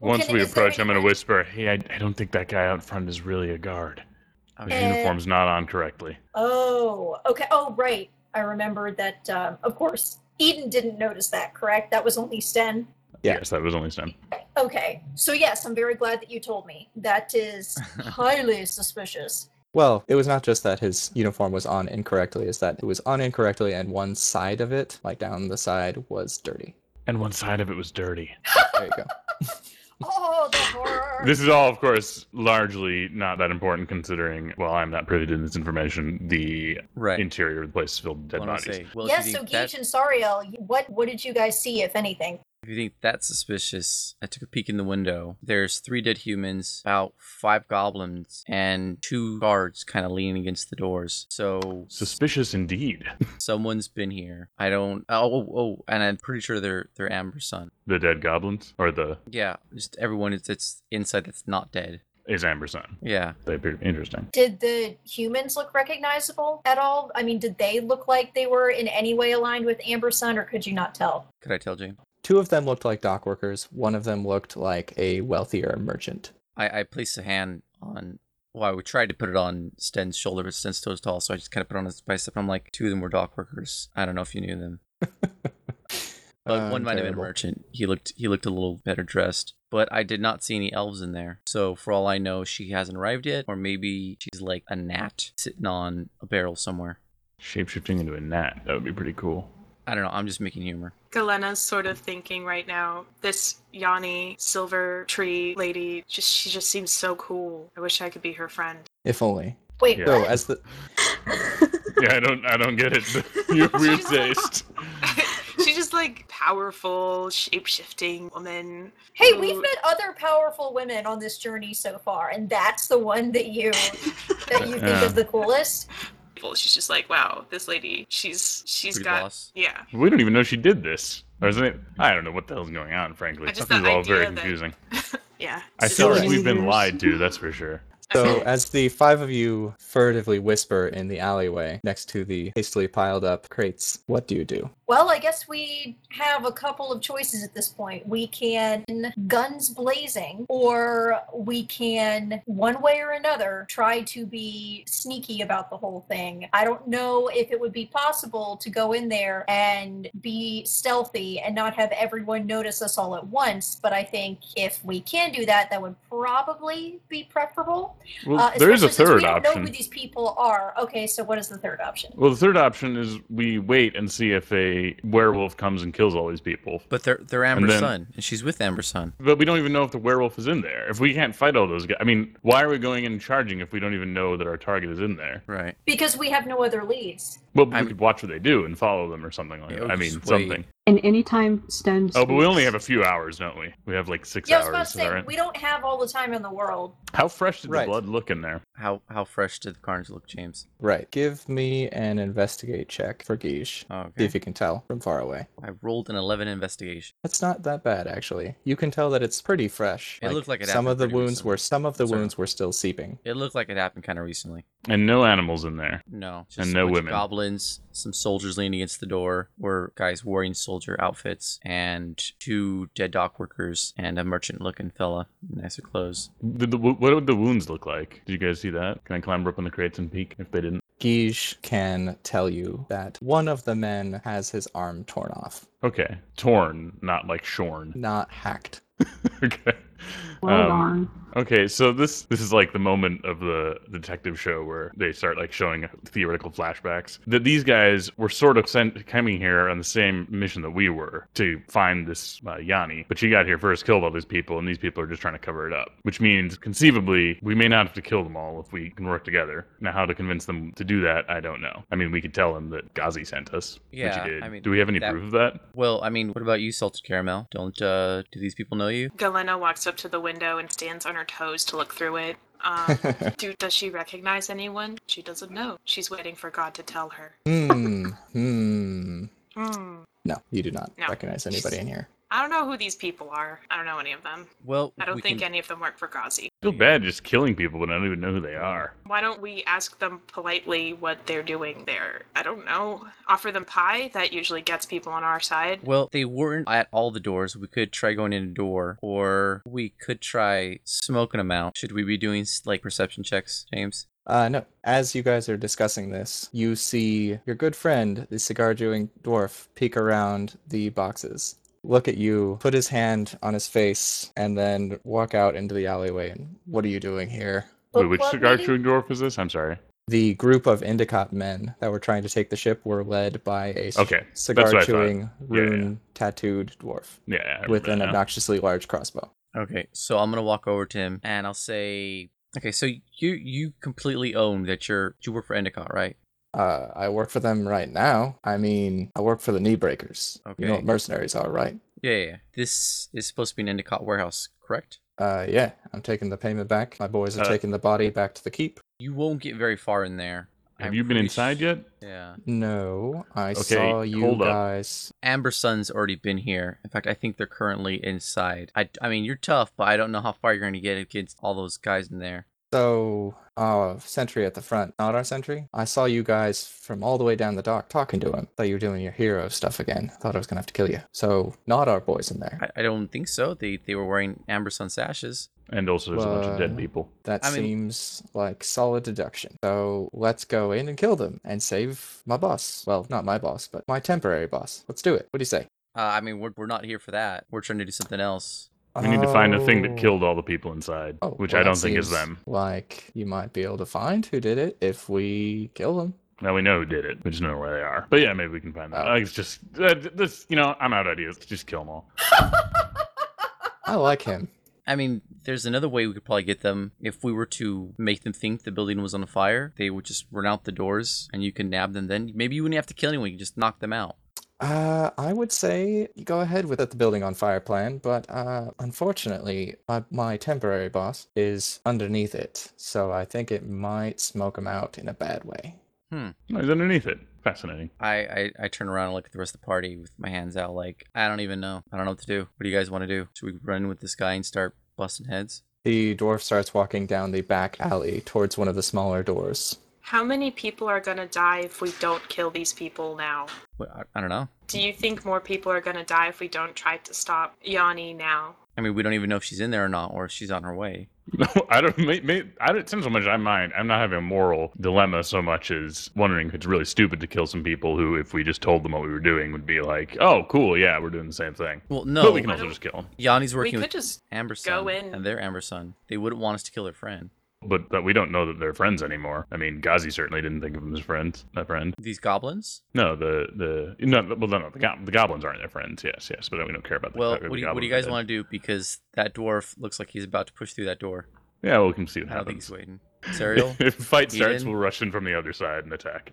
S6: Once
S4: can-
S6: we
S4: is there
S6: approach, I'm going to
S4: anyone-
S6: whisper, "Hey, I, I don't think that guy out front is really a guard. His
S2: Okay.
S4: Uh,
S6: uniform's not on correctly."
S4: Oh, okay. Oh, right. I remembered that. Um, of course, Eden didn't notice that. Correct. That was only Sten.
S1: yeah.
S6: Yes, that was only Sam.
S4: Okay. So yes, I'm very glad that you told me. That
S6: [LAUGHS]
S4: is highly suspicious.
S1: Well, it was not just that his uniform was on incorrectly, it's that it was on incorrectly and one side of it, like down the side, was dirty.
S6: And one side of it was dirty.
S1: There you go.
S4: Oh, the horror.
S6: This is all, of course, largely not that important considering, well, I'm not privy to this information, the
S2: right.
S6: interior of the place is filled with dead
S2: What I'm
S6: bodies.
S2: saying. Well, if
S4: yes.
S2: you
S4: So
S2: think that-
S4: Geach and Sariel, what what did you guys see, if anything?
S2: If you think that's suspicious, I took a peek in the window. There's three dead humans, about five goblins, and two guards kind of leaning against the doors. So
S6: Suspicious indeed.
S2: someone's been here. I don't. Oh, oh, oh, and I'm pretty sure they're they're Amber Sun.
S6: The dead goblins, or the
S2: Yeah, just everyone that's- that's inside that's not dead.
S6: is Amber Sun.
S2: Yeah,
S6: They appear to be interesting.
S4: Did the humans look recognizable at all? I mean, did they look like they were in any way aligned with Amber Sun, or could you not tell?
S2: could I tell, Jane?
S1: Two of them looked like dock workers. One of them looked like a wealthier
S2: [LAUGHS]
S1: merchant.
S2: I I placed a hand on. Well, I would try to put it on Sten's shoulder, but Sten's toes tall, so I just kind of put it on his bicep. I'm like, two of them were dock workers. I don't know if you knew them. But
S1: Um,
S2: one might have been
S1: terrible.
S2: a merchant. He looked he looked a little better dressed. But I did not see any elves in there. So for all I know, she hasn't arrived yet, or maybe she's like a gnat sitting on a barrel somewhere.
S6: Shapeshifting into a gnat, that would be pretty [LAUGHS] cool.
S2: I don't know. I'm just making humor.
S3: Galena's sort of thinking right now, this Yanni silver tree lady, just she just seems so cool. I wish I could be her friend. [LAUGHS]
S1: If only.
S4: Wait,
S6: Yeah.
S1: So as the
S6: Yeah, I don't I don't get it. [LAUGHS] Your weird
S3: She's like-
S6: [LAUGHS] taste.
S3: She's just like powerful, shape-shifting woman.
S4: Hey,
S3: who-
S4: we've met other powerful women on this journey so far, and that's the one that you that
S6: [LAUGHS]
S4: you think
S6: Yeah.
S4: is the coolest.
S3: Well, she's just like, wow, this lady, she's she's
S2: Pretty
S3: got
S2: boss.
S3: yeah.
S6: We don't even know she did this. Or isn't it? I don't know what the hell's going on, frankly.
S3: I
S6: This
S3: just-
S6: is
S3: the
S6: all very
S3: idea that-
S6: confusing.
S3: Yeah.
S6: I
S3: Just
S6: feel
S1: Silver
S6: like we've been
S5: fingers.
S4: Uh,
S6: lied to, that's for sure.
S1: So,
S2: [LAUGHS]
S3: Okay.
S1: as the five of you furtively whisper in the alleyway next to the hastily piled up crates, what do you do?
S4: Well, I guess we have a couple of choices at this point. We can guns blazing, or we can, one way or another, try to be sneaky about the whole thing. I don't know if it would be possible to go in there and be stealthy and not have everyone notice us all at once, but I think if we can do that, that would probably be preferable.
S6: Well,
S4: Uh,
S6: there is a
S4: especially since
S6: third
S4: we don't
S6: option.
S4: know who these people are. Okay, so what is the third option?
S6: Well, the third option is we wait and see if a werewolf comes and kills all these people.
S2: But they're they're Amber's
S6: then-
S2: son, and she's with Amber's son.
S6: But we don't even know if the werewolf is in there. If we can't fight all those guys, I mean, why are we going in and charging if we don't even know that our target is in there?
S2: Right.
S4: Because we have no other leads.
S6: Well, we
S2: I'm-
S6: could watch what they do and follow them or something like
S2: Yeah,
S6: that.
S2: we
S6: I
S2: just
S6: mean,
S2: wait.
S6: something.
S5: And anytime Stone.
S6: Oh, but we only have a
S5: speaks-
S6: few hours, don't we? We have like six
S4: Yeah, I was about
S6: hours.
S4: to
S6: Is that
S4: say,
S6: right?
S4: we don't have all the time in the world.
S6: How fresh did
S1: Right.
S6: the blood look in there?
S2: How how fresh did the carnage look, James?
S1: Right. Give me an investigate check for Geesh.
S2: Oh,
S1: See
S2: okay.
S1: if you can tell from far away.
S2: I rolled an eleven investigation.
S1: That's not that bad, actually. You can tell that it's pretty fresh.
S2: It looked like it
S1: some
S2: happened
S1: of the
S2: pretty
S1: wounds
S2: recently.
S1: were some of the
S2: Sorry.
S1: wounds were still seeping.
S2: It looked like it happened kind of recently.
S6: And no animals in there.
S2: No, just
S6: And
S2: a
S6: no
S2: bunch of
S6: women.
S2: goblins, some soldiers leaning against the door, were guys wearing soldier outfits, and two dead dock workers and a merchant-looking fella, in nicer clothes.
S6: Did the, what would the wounds look like? Did you guys see that? Can I clamber up on the crates and peek if they didn't?
S1: Geesh can tell you that one of the men has his arm torn off,
S6: Okay. Torn, not like shorn. [LAUGHS]
S1: not hacked. [LAUGHS]
S6: okay.
S5: Well
S6: Um,
S5: darn.
S6: Okay, so this this is like the moment of the detective show where they start like showing theoretical flashbacks that these guys were sort of sent coming here on the same mission that we were to find this uh, Yanni, but she got here first, killed all these people, and these people are just trying to cover it up. Which means conceivably we may not have to kill them all if we can work together. Now, how to convince them to do that, I don't know. I mean, we could tell them that Ghazi sent us.
S2: Yeah,
S6: which he did.
S2: I mean,
S6: do we have any
S2: that-
S6: proof of that?
S2: Well, I mean, what about you, Salted Caramel? Don't uh, do these people know you?
S3: [LAUGHS] Galena walks up to the window and stands on her toes to look through it.
S6: [LAUGHS]
S3: Um, do, does she recognize anyone? She doesn't know. She's waiting for God to tell her.
S1: Hmm. hmm.
S3: Hmm.
S1: No, you do not
S3: No.
S1: recognize anybody in here.
S3: I don't know who these people are. I don't know any of them.
S2: Well,
S3: I don't
S2: we
S3: think
S2: can-
S3: any of them work for Ghazi.
S6: I feel bad just killing people, but I don't even know who they are.
S3: Why don't we ask them politely what they're doing there? I don't know. Offer them pie? That usually gets people on our side.
S2: Well, they weren't at all the doors. We could try going in a door, or we could try smoking them out. Should we be doing like perception checks, James?
S1: Uh, no. As you guys are discussing this, you see your good friend, the cigar chewing dwarf, peek around the boxes, look at you, put his hand on his face, and then walk out into the alleyway. And what are you doing here?
S6: Wait,
S4: Book
S6: which
S4: club
S6: cigar
S4: meeting?
S6: chewing dwarf is this? I'm sorry.
S1: The group of Indicott men that were trying to take the ship were led by a
S6: Okay, that's what I
S1: cigar
S6: thought.
S1: chewing,
S6: Yeah, yeah.
S1: rune tattooed dwarf
S6: Yeah, yeah. I
S1: with an
S6: remember now.
S1: obnoxiously large crossbow.
S2: Okay, so I'm gonna walk over to him and I'll say, okay, so you you completely own that you're you work for Endicott, right?
S1: Uh, I work for them right now. I mean, I work for the knee breakers. You know
S2: Okay.
S1: what mercenaries are, right?
S2: Yeah, yeah. yeah. This is supposed to be an Endicott warehouse, correct?
S1: Uh, yeah, I'm taking the payment back. My boys are
S6: Uh,
S1: taking the body back to the keep.
S2: You won't get very far in there.
S6: Have
S2: I'm
S6: you been
S2: pretty
S6: inside
S2: sh-
S6: yet?
S2: Yeah.
S1: No, I
S6: Okay,
S1: saw you
S6: hold up.
S1: guys.
S2: Amber Sun's already been here. In fact, I think they're currently inside. I, I mean, you're tough, but I don't know how far you're gonna get against all those guys in there.
S1: So, uh, sentry at the front, not our sentry. I saw you guys from all the way down the dock talking to him. Thought you were doing your hero stuff again. Thought I was gonna have to kill you. So, not our boys in there.
S2: I, I don't think so. They they were wearing Amber Sun sashes.
S6: And also, there's a bunch of dead
S1: Well-
S6: people.
S1: That
S2: I mean-
S1: seems like solid deduction. So let's go in and kill them and save my boss. Well, not my boss, but my temporary boss. Let's do it. What do you say?
S2: Uh, I mean, we're, we're not here for that. We're trying to do something else.
S6: We need to find a thing that
S1: Oh.
S6: killed all the people inside,
S1: Oh,
S6: which
S1: well,
S6: I
S1: that
S6: don't think is
S1: seems
S6: them.
S1: Like you might be able to find who did it if we kill them.
S6: Now we know who did it. We just don't know where they are. But yeah, maybe we can find that.
S1: Oh.
S6: Like, it's just uh, this. You know, I'm out of ideas. Just kill them all.
S1: I like him.
S2: I mean, there's another way we could probably get them. If we were to make them think the building was on fire, they would just run out the doors and you can nab them then. Maybe you wouldn't have to kill anyone, you just knock them out.
S1: Uh, I would say you go ahead with the building on fire plan, but uh, unfortunately, my, my temporary boss is underneath it, so I think it might smoke him out in a bad way.
S6: No, he's underneath it. Fascinating. [LAUGHS]
S2: I, I, I turn around and look at the rest of the party with my hands out, like, I don't even know. I don't know what to do. What do you guys want to do? Should we run with this guy and start busting heads?
S1: The dwarf starts walking down the back alley towards one of the smaller doors. [LAUGHS]
S3: How many people are gonna die if we don't kill these people now?
S2: Well, I, I don't know.
S3: Do you think more people are gonna die if we don't try to stop Yanni now?
S2: I mean, we don't even know if she's in there or not, or if she's on her way.
S6: No, I don't. May, may, I don't. It's not so much I mind. I'm not having a moral dilemma so much as wondering if it's really stupid to kill some people who, if we just told them what we were doing, would be like, "Oh, cool, yeah, we're doing the same thing."
S2: Well,
S6: but
S2: no.
S6: we can
S3: I
S6: also
S3: don't-
S6: just kill them.
S2: Yanni's
S3: We
S2: working
S3: could
S2: with
S3: just
S2: Amberson
S3: go in-
S2: and their Amberson. They wouldn't want us to kill their friend.
S6: But that we don't know that they're friends anymore. I mean, Ghazi certainly didn't think of them as friends. That friend.
S2: These goblins.
S6: No, the the no. Well, no, no the, go- the goblins aren't their friends. Yes, yes, but we don't care about the
S2: Well,
S6: the
S2: what do, you, what do you
S6: goblins
S2: guys want to do? Because that dwarf looks like he's about to push through that door.
S6: did. Yeah, well, we can see what
S2: I don't think
S6: happens.
S2: he's [LAUGHS] waiting. Serial.
S6: [LAUGHS] if fight starts,
S2: Ian?
S6: we'll rush in from the other side and attack.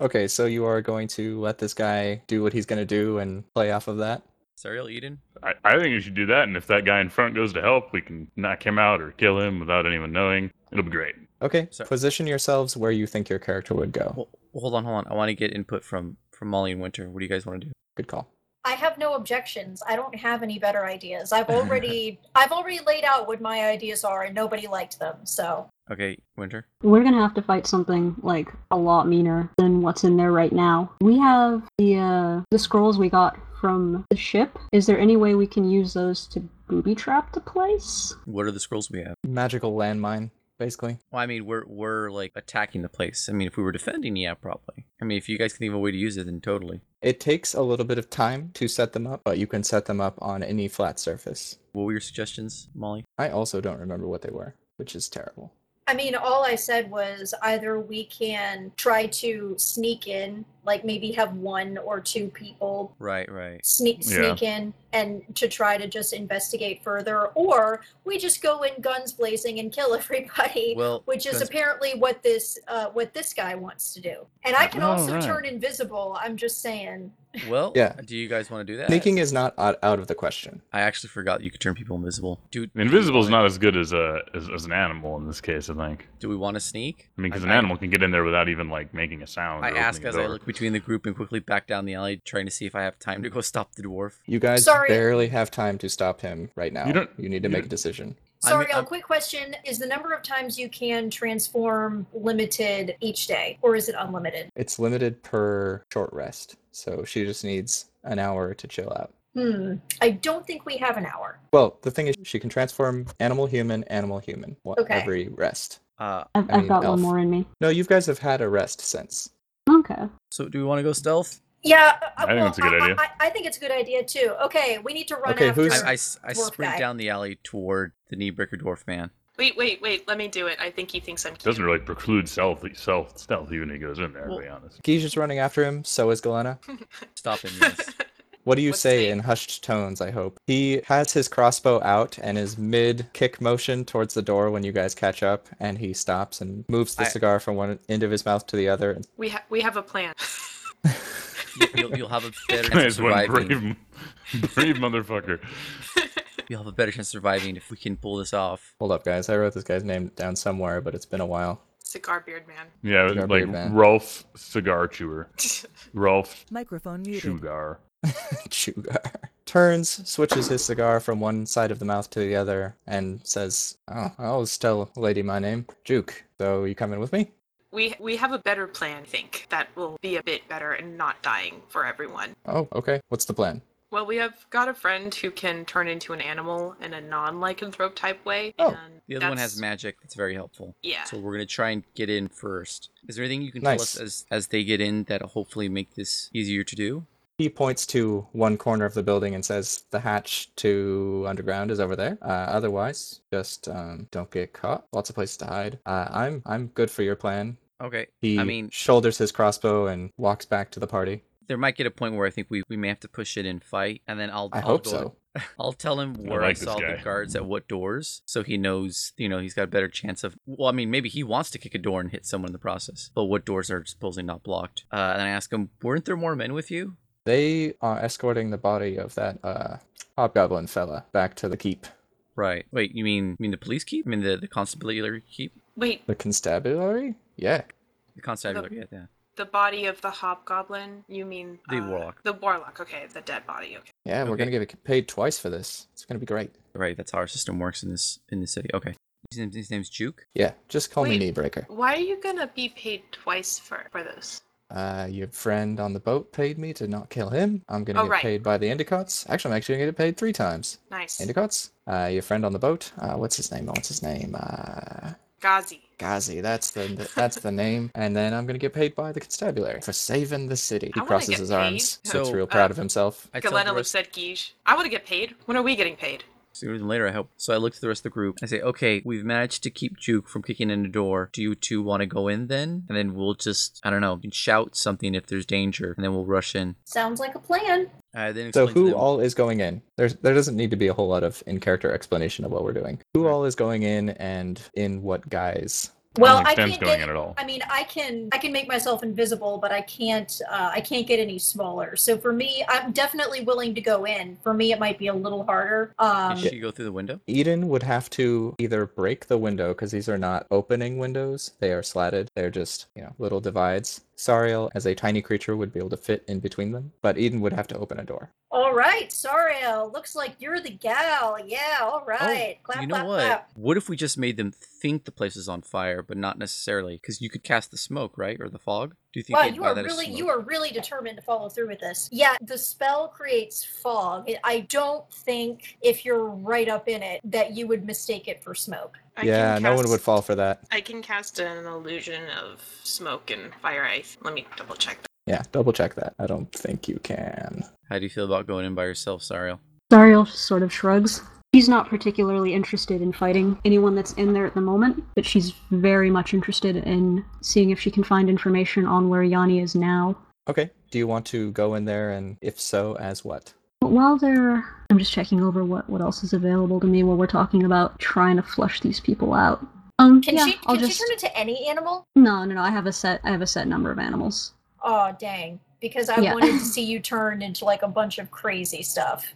S1: okay, so you are going to let this guy do what he's going to do and play off of that?
S2: Serial Eden.
S6: I, I think we should do that, and if that guy in front goes to help, we can knock him out or kill him without anyone knowing. It'll be great.
S1: Okay,
S2: Sorry.
S1: position yourselves where you think your character would go.
S2: Well, Oh, hold on, hold on. I want to get input from from Molly and Winter. What do you guys want to do?
S1: Good call.
S4: I have no objections. I don't have any better ideas. I've already I've already laid out what my ideas are and nobody liked them. So
S2: Okay, Winter.
S5: We're gonna have to fight something like a lot meaner than what's in there right now. We have the uh, the scrolls we got from the ship. Is there any way we can use those to booby trap the place?
S2: What are the scrolls we have?
S1: Magical landmine, basically.
S2: Well, I mean, we're we're like attacking the place. I mean, if we were defending, yeah, probably. I mean, if you guys can think of a way to use it, then totally.
S1: It takes a little bit of time to set them up, but you can set them up on any flat surface.
S2: What were your suggestions, Molly?
S1: I also don't remember what they were, which is terrible.
S4: I mean all I said was either we can try to sneak in, like maybe have one or two people
S2: Right, right.
S4: sneak
S6: Yeah.
S4: sneak in and to try to just investigate further, or we just go in guns blazing and kill [LAUGHS] everybody.
S2: Well,
S4: which is
S2: guns-
S4: apparently what this uh, what this guy wants to do, and I can
S6: Oh,
S4: also
S6: right.
S4: turn invisible. I'm just saying.
S2: well,
S1: Yeah.
S2: Do you guys want to do that?
S1: Sneaking is not out out of the question.
S2: I actually forgot you could turn people invisible. Do
S6: Invisible's
S2: do we
S6: not
S2: wanna-
S6: as good as a as, as an animal in this case, I think.
S2: Do we want to sneak?
S6: I mean, because an
S2: I-
S6: animal can get in there without even like making a sound.
S2: I
S6: or
S2: ask
S6: opening a
S2: as I
S6: door.
S2: look between the group and quickly back down the alley, trying to see if I have time to go [LAUGHS] stop the dwarf.
S1: You guys
S4: Sorry.
S1: barely have time to stop him right now. You,
S6: don't-
S1: need to
S6: you
S1: make a
S6: don't-
S1: decision.
S2: I mean,
S4: Sorry, a
S2: I'm-
S4: quick question: Is the number of times you can transform limited each day, or is it unlimited?
S1: It's limited per short rest, so she just needs an hour to chill out.
S4: Hmm. I don't think we have an hour.
S1: Well, the thing is, she can transform animal human, animal human one,
S4: Okay.
S1: every rest.
S2: Uh,
S5: I've,
S1: I
S5: I've
S1: mean,
S5: got
S1: elf.
S5: one more in me.
S1: No, you guys have had a rest since.
S5: Okay.
S2: so do we want to go stealth?
S4: Yeah, uh,
S6: I think
S4: well,
S6: that's a good
S4: I,
S6: idea.
S4: I, I think it's a good idea too. Okay, we need to run
S1: Okay,
S4: after.
S1: who's-
S2: I, I s- I
S4: Dwarf
S2: sprint
S4: guy.
S2: down the alley toward the Kneebreaker Dwarf man.
S3: Wait, wait, wait. Let me do it. I think he thinks I'm cute.
S6: Doesn't
S3: [LAUGHS]
S6: really preclude self self stealth even if he goes in there.
S2: Well-
S6: to be
S1: [LAUGHS]
S6: honest.
S1: Gige is running after him, so is Galena.
S2: Stop him, yes.
S1: What do you
S3: What's
S1: say
S3: the-
S1: in hushed tones, I hope? He has his crossbow out and is mid kick motion towards the door when you guys catch up, and he stops and moves the
S2: I-
S1: cigar from one end of his mouth to the other. and-
S3: we ha- we have a plan. [LAUGHS]
S2: You- You'll, you'll have a
S6: [LAUGHS]
S2: better chance of
S6: There's one
S2: surviving.
S1: [LAUGHS]
S6: brave, brave motherfucker.
S2: You'll have a better chance of surviving if we can pull this off.
S1: Hold up, guys. I wrote this guy's name down somewhere, but it's been a while. [LAUGHS]
S3: Cigar beard man. [LAUGHS]
S6: Yeah,
S1: Cigar
S6: like
S1: beard man.
S6: Rolf cigar chewer. Rolf
S7: Microphone muted.
S6: Sugar.
S1: Sugar. Turns, switches his cigar from one side of the mouth to the other, and says, Oh, I always tell a lady my name, Juke. So you coming with me?
S3: We we have a better plan. I think that will be a bit better and not dying for everyone.
S1: Oh, okay. What's the plan?
S3: Well, we have got a friend who can turn into an animal in a non-lycanthrope type way.
S1: Oh.
S3: and
S2: The other one
S3: that's-
S2: has magic that's very helpful.
S3: Yeah.
S2: So we're going to try and get in first. Is there anything you can tell us
S1: Nice.
S2: as, as they get in that will hopefully make this easier to do?
S1: He points to one corner of the building and says, The hatch to underground is over there. Uh, otherwise, just um, don't get caught. Lots of places to hide. Uh, I'm, I'm good for your plan.
S2: Okay.
S1: He
S2: I mean,
S1: shoulders his crossbow and walks back to the party.
S2: there might get a point where I think we, we may have to push it and fight, and then I'll
S1: I
S2: will
S1: hope
S2: go
S1: so.
S2: I'll tell him where I,
S6: like this
S2: saw the
S6: guy.
S2: guards at what doors, so he knows. You know, he's got a better chance of. Well, I mean, maybe he wants to kick a door and hit someone in the process, but what doors are supposedly not blocked? Uh, and I ask him, "Weren't there more men with you?"
S1: They are escorting the body of that uh, hobgoblin fella back to the keep.
S2: Right. Wait, you mean you mean the police keep? I mean the the constabulary keep?
S3: Wait,
S1: The constabulary? Yeah.
S2: The constabulary. Yeah. yeah.
S3: the body of the hobgoblin, you mean uh,
S2: The warlock.
S3: The warlock. Okay, the dead body. Okay.
S1: Yeah, we're
S2: Okay.
S1: gonna get paid twice for this. It's gonna be great.
S2: Right, that's how our system works in this in this city. Okay. His, name, his name's Juke.
S1: Yeah, just call me
S3: Wait.
S1: Kneebreaker.
S3: Why are you gonna be paid twice for for this?
S1: Uh, your friend on the boat paid me to not kill him. I'm gonna
S3: Oh,
S1: get
S3: right.
S1: paid by the Endicott's. Actually, I'm actually gonna get paid three times.
S3: Nice.
S1: Endicott's. Uh, your friend on the boat. Uh, what's his name? What's his name? Uh,
S3: Gazi.
S1: Ghazi. That's the that's the name. And then I'm gonna get paid by the constabulary for saving the city.
S3: I
S1: He
S3: wanna
S1: crosses
S3: get
S1: his
S3: paid.
S1: arms. So, it's
S2: So,
S1: real proud
S3: uh,
S1: of himself.
S2: I tell the
S3: Galena
S2: rest-
S3: looks at Guiche. I want to get paid. When are we getting paid?
S2: Sooner than later, I hope. So I look to the rest of the group. I say, okay, we've managed to keep Juke from kicking in the door. Do you two want to go in then? And then we'll just, I don't know, shout something if there's danger, and then we'll rush in.
S4: Sounds like a plan.
S2: I then
S1: So
S2: explain to
S1: who
S2: them-
S1: all is going in? There's there doesn't need to be a whole lot of in character explanation of what we're doing. Who all is going in and in what guise?
S4: Well,
S6: think
S4: I
S6: Stem's
S4: can't
S6: going
S4: get
S6: in at all.
S4: I mean, I can I can make myself invisible, but I can't uh, I can't get any smaller. So for me, I'm definitely willing to go in. For me, it might be a little harder. Um,
S2: Did she go through the window?
S1: Eden would have to either break the window because these are not opening windows; they are slatted. They're just you know little divides. Sariel, as a tiny creature, would be able to fit in between them, but Eden would have to open a door.
S4: all right, Sariel, looks like you're the gal. Yeah, all right. clap,
S2: Oh, you know
S4: clap,
S2: what?
S4: clap.
S2: What if we just made them think the place is on fire, but not necessarily? Because you could cast the smoke, right, or the fog. Do you think
S4: Wow,
S2: they'd
S4: you
S2: buy
S4: are
S2: that as
S4: really
S2: smoke?
S4: you are really determined to follow through with this. Yeah, the spell creates fog. I- I don't think if you're right up in it that you would mistake it for smoke.
S3: I
S1: yeah,
S3: can
S1: no one
S3: cast-
S1: would fall for that.
S3: I can cast an illusion of smoke and fire. I let me double check.
S1: Yeah, double check that. I don't think you can.
S2: How do you feel about going in by yourself, Sariel?
S5: Zariel just sort of shrugs. She's not particularly interested in fighting anyone that's in there at the moment, but she's very much interested in seeing if she can find information on where Yanni is now.
S1: Okay. Do you want to go in there, and if so, as what?
S5: But while they're. I'm just checking over what, what else is available to me while we're talking about trying to flush these people out. Um,
S4: Can
S5: yeah,
S4: she
S5: I'll
S4: can
S5: just.
S4: she turn into any animal?
S5: No, no, no. I have a set. I have a set number of animals. [LAUGHS]
S4: Oh dang. Because I
S5: Yeah.
S4: wanted to see you turn into like a bunch of crazy stuff.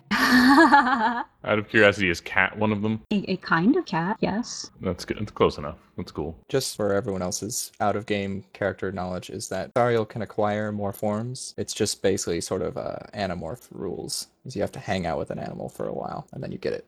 S5: a,
S6: Out of curiosity, is cat one of them?
S5: a kind of cat, yes.
S6: That's good. That's close enough. That's cool.
S1: just for everyone else's out of game character knowledge is that Thariel can acquire more forms. It's just basically sort of uh, anamorph rules. Is you have to hang out with an animal for a while and then you get it.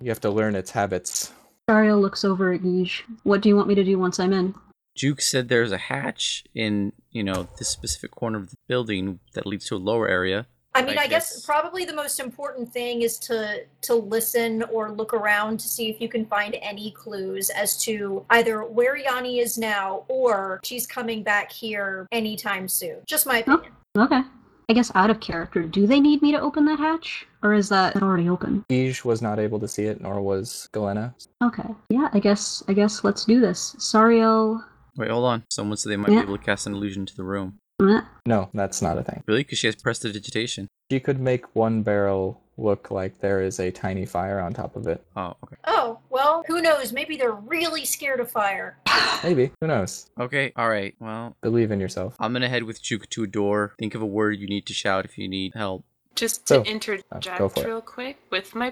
S1: You have to learn its habits.
S5: Dario looks over at Yij. What do you want me to do once I'm in?
S2: Juke said there's a hatch in, you know, this specific corner of the building that leads to a lower area.
S4: I mean,
S2: I
S4: I guess,
S2: guess-
S4: probably the most important thing is to to listen or look around to see if you can find any clues as to either where Yanni is now or she's coming back here anytime soon. Just my
S5: Oh.
S4: opinion.
S5: Okay. I guess out of character. Do they need me to open that hatch? Or is that already open?
S1: Ige was not able to see it, nor was Galena.
S5: Okay. Yeah, I guess I guess let's do this. Sariel
S2: Wait, hold on. Someone said they might
S5: Yeah.
S2: be able to cast an illusion to the room.
S5: Meh.
S1: No, that's not a thing.
S2: Really? Because she has prestidigitation.
S1: She could make one barrel look like there is a tiny fire on top of it.
S2: Oh, okay.
S4: Oh, well, who knows? Maybe they're really scared of fire.
S1: Maybe. Who knows?
S2: Okay, all right. Well,
S1: Believe in yourself.
S2: I'm going to head with Juke to a door. Think of a word you need to shout if you need help.
S3: Just to
S1: So, uh,
S3: interject
S1: go for it.
S3: real quick with my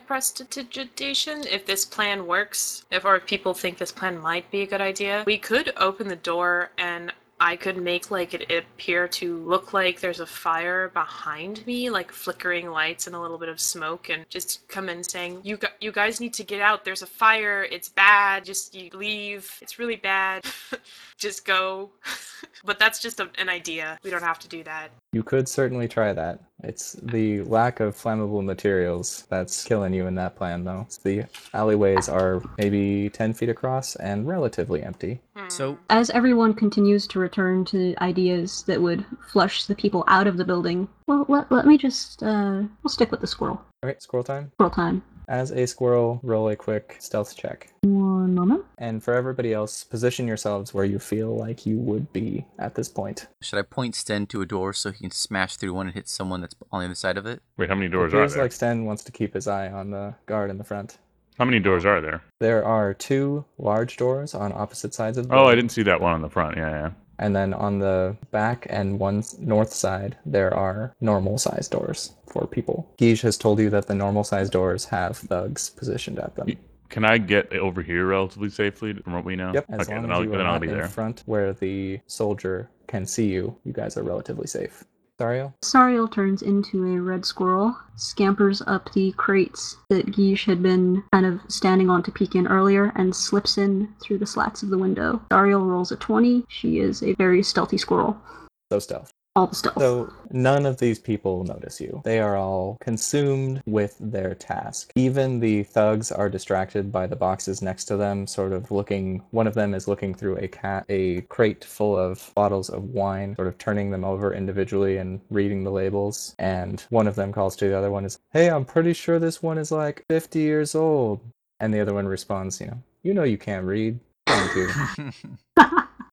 S3: prestidigitation, if this plan works, if or if people think this plan might be a good idea, we could open the door and I could make like it appear to look like there's a fire behind me, like flickering lights and a little bit of smoke, and just come in saying, "You gu- you guys need to get out. There's a fire. It's bad. Just you leave. It's really bad. [LAUGHS] just go." [LAUGHS] but that's just a, an idea. We don't have to do that.
S1: You could certainly try that. It's the lack of flammable materials that's killing you in that plan, though. It's the alleyways are maybe 10 feet across and relatively empty.
S3: Hmm.
S2: So,
S5: as everyone continues to return to ideas that would flush the people out of the building. Well let, let me just uh we'll stick with the squirrel.
S1: Okay, squirrel time.
S5: Squirrel time.
S1: As a squirrel, roll a quick stealth check.
S5: One moment.
S1: And for everybody else, position yourselves where you feel like you would be at this point.
S2: should I point Sten to a door so he can smash through one and hit someone that's on the other side of it? [LAUGHS]
S6: Wait, how many doors are
S1: Appears
S6: there?
S1: like Sten wants to keep his eye on the guard in the front.
S6: How many doors are there?
S1: There are two large doors on opposite sides of the
S6: Oh, I
S1: building.
S6: didn't see that one on the front. Yeah, yeah.
S1: And then on the back and one s- north side, there are normal sized doors for people. Guige has told you that the normal sized doors have thugs positioned at them.
S6: Can I get over here relatively safely from what we know?
S1: Yep. As
S6: Okay,
S1: long
S6: then
S1: as
S6: I'll,
S1: you are
S6: then I'll
S1: not
S6: be
S1: in
S6: there.
S1: front where the soldier can see you, you guys are relatively safe. Sario?
S5: Sariel turns into a red squirrel, scampers up the crates that Guiche had been kind of standing on to peek in earlier, and slips in through the slats of the window. Sariel rolls a 20. She is a very stealthy squirrel.
S1: So stealth.
S5: All the stealth.
S1: So none of these people notice you. They are all consumed with their task. Even the thugs are distracted by the boxes next to them, sort of looking. One of them is looking through a cat, a crate full of bottles of wine, sort of turning them over individually and reading the labels. And one of them calls to the other one is, "Hey, I'm pretty sure this one is like 50 years old." And the other one responds, "You know, you know you can't read." Thank you.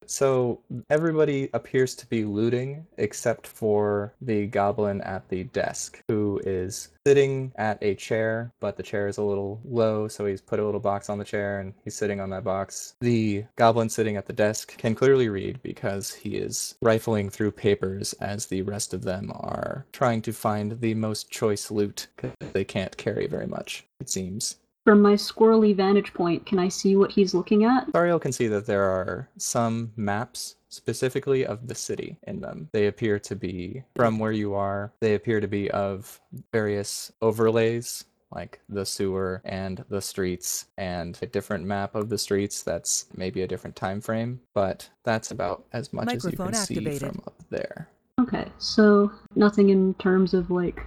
S1: So everybody appears to be looting except for the goblin at the desk, who is sitting at a chair, but the chair is a little low, so he's put a little box on the chair and he's sitting on that box. The goblin sitting at the desk can clearly read because he is rifling through papers as the rest of them are trying to find the most choice loot 'cause they can't carry very much, it seems.
S5: [LAUGHS] From my squirrely vantage point, can I see what he's looking at?
S1: Sariel can see that there are some maps specifically of the city in them. They appear to be from where you are. They appear to be of various overlays like the sewer and the streets and a different map of the streets that's maybe a different time frame, but that's about as much as you can
S7: Microphone
S1: see
S7: activated.
S1: from up there.
S5: Okay, so nothing in terms of like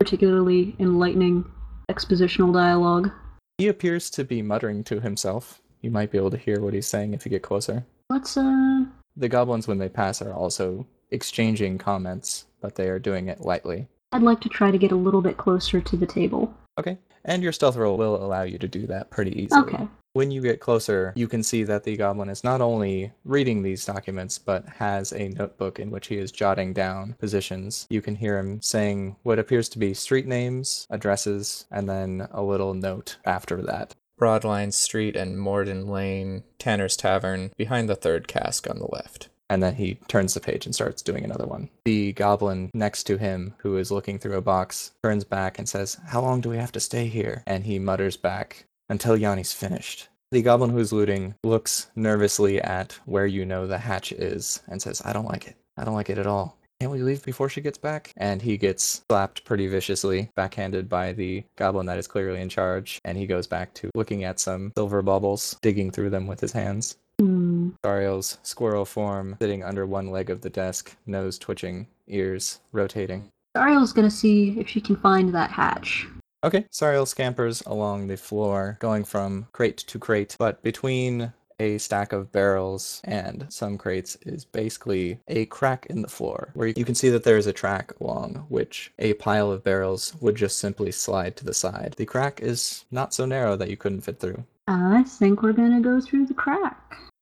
S5: particularly enlightening expositional dialogue.
S1: He appears to be muttering to himself. You might be able to hear what he's saying if you get closer.
S5: Let's uh
S1: The goblins when they pass are also exchanging comments, but they are doing it lightly.
S5: I'd like to try to get a little bit closer to the table.
S1: Okay. And your stealth roll will allow you to do that pretty easily.
S5: Okay.
S1: When you get closer, you can see that the goblin is not only reading these documents, but has a notebook in which he is jotting down positions. You can hear him saying what appears to be street names, addresses, and then a little note after that.
S8: Broadline Street and Morden Lane, Tanner's Tavern, behind the third cask on the left.
S1: And then he turns the page and starts doing another one. The goblin next to him, who is looking through a box, turns back and says, How long do we have to stay here? And he mutters back, Until Yanni's finished. The goblin who's looting looks nervously at where you know the hatch is and says, I don't like it. I don't like it at all. Can't we leave before she gets back? And he gets slapped pretty viciously, backhanded by the goblin that is clearly in charge. And he goes back to looking at some silver baubles, digging through them with his hands.
S5: Hmm.
S1: Dario's squirrel form sitting under one leg of the desk, nose twitching, ears rotating.
S5: Ariel's gonna see if she can find that hatch.
S1: Okay, Sariel scampers along the floor, going from crate to crate, but between a stack of barrels and some crates is basically a crack in the floor where you can see that there is a track along which a pile of barrels would just simply slide to the side. The crack is not so narrow that you couldn't fit through.
S5: I think we're gonna go through the crack.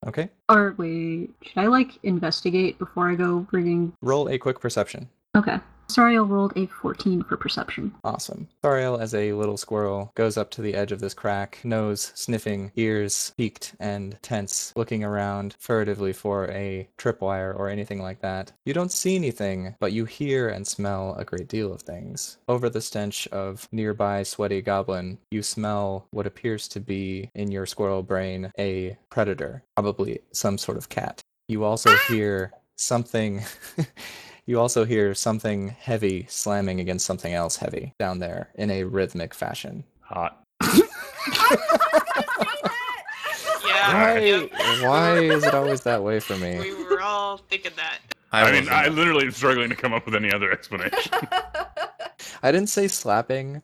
S1: Okay,
S5: Or wait, should I like investigate before I go bringing?
S1: roll a quick perception.
S5: Okay. Sariel rolled a 14 for perception.
S1: Awesome. Sariel, as a little squirrel, goes up to the edge of this crack, nose sniffing, ears peaked and tense, looking around furtively for a tripwire or anything like that. You don't see anything, but you hear and smell a great deal of things. Over the stench of nearby sweaty goblin, you smell what appears to be, in your squirrel brain, a predator, probably some sort of cat. You also hear something. [LAUGHS] You also hear something heavy slamming against something else heavy down there in a rhythmic fashion.
S6: Hot.
S3: Yeah.
S1: Why,
S3: yep.
S1: [LAUGHS] why is it always that way for
S3: We [LAUGHS]
S1: me?
S3: were all thinking that.
S6: I,
S2: [LAUGHS]
S6: mean,
S2: wasn't.
S6: I literally am struggling to come up with any other
S1: [LAUGHS]
S4: [LAUGHS]
S6: explanation.
S1: I didn't say slapping.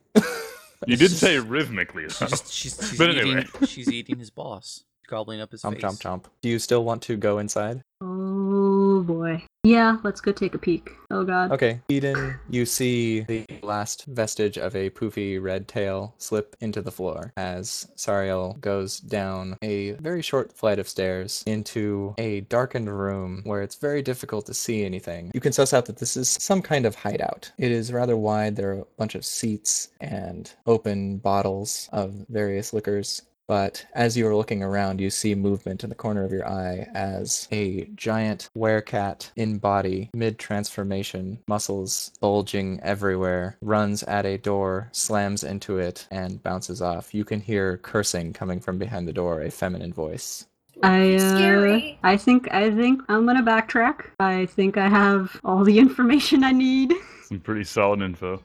S6: you did say rhythmically,
S1: [LAUGHS]
S6: though.
S2: She's, she's, she's
S6: But
S2: eating,
S6: anyway.
S2: she's eating his boss, gobbling up his
S1: Chomp,
S2: face.
S1: chomp, chomp. Do you still want to go inside?
S5: Oh boy. Yeah, let's go take a peek. Oh god.
S1: Okay. Eden, you see the last vestige of a poofy red tail slip into the floor as Sariel goes down a very short flight of stairs into a darkened room where it's very difficult to see anything. You can suss out that this is some kind of hideout. It is rather wide. There are a bunch of seats and open bottles of various liquors. But as you are looking around, you see movement in the corner of your eye as a giant werecat in body, mid transformation, muscles bulging everywhere, runs at a door, slams into it, and bounces off. You can hear cursing coming from behind the door, a feminine voice.
S5: I uh,
S4: Scary.
S5: I think I think I'm gonna backtrack. I think I have all the [LAUGHS] information I need,
S6: Some pretty solid info.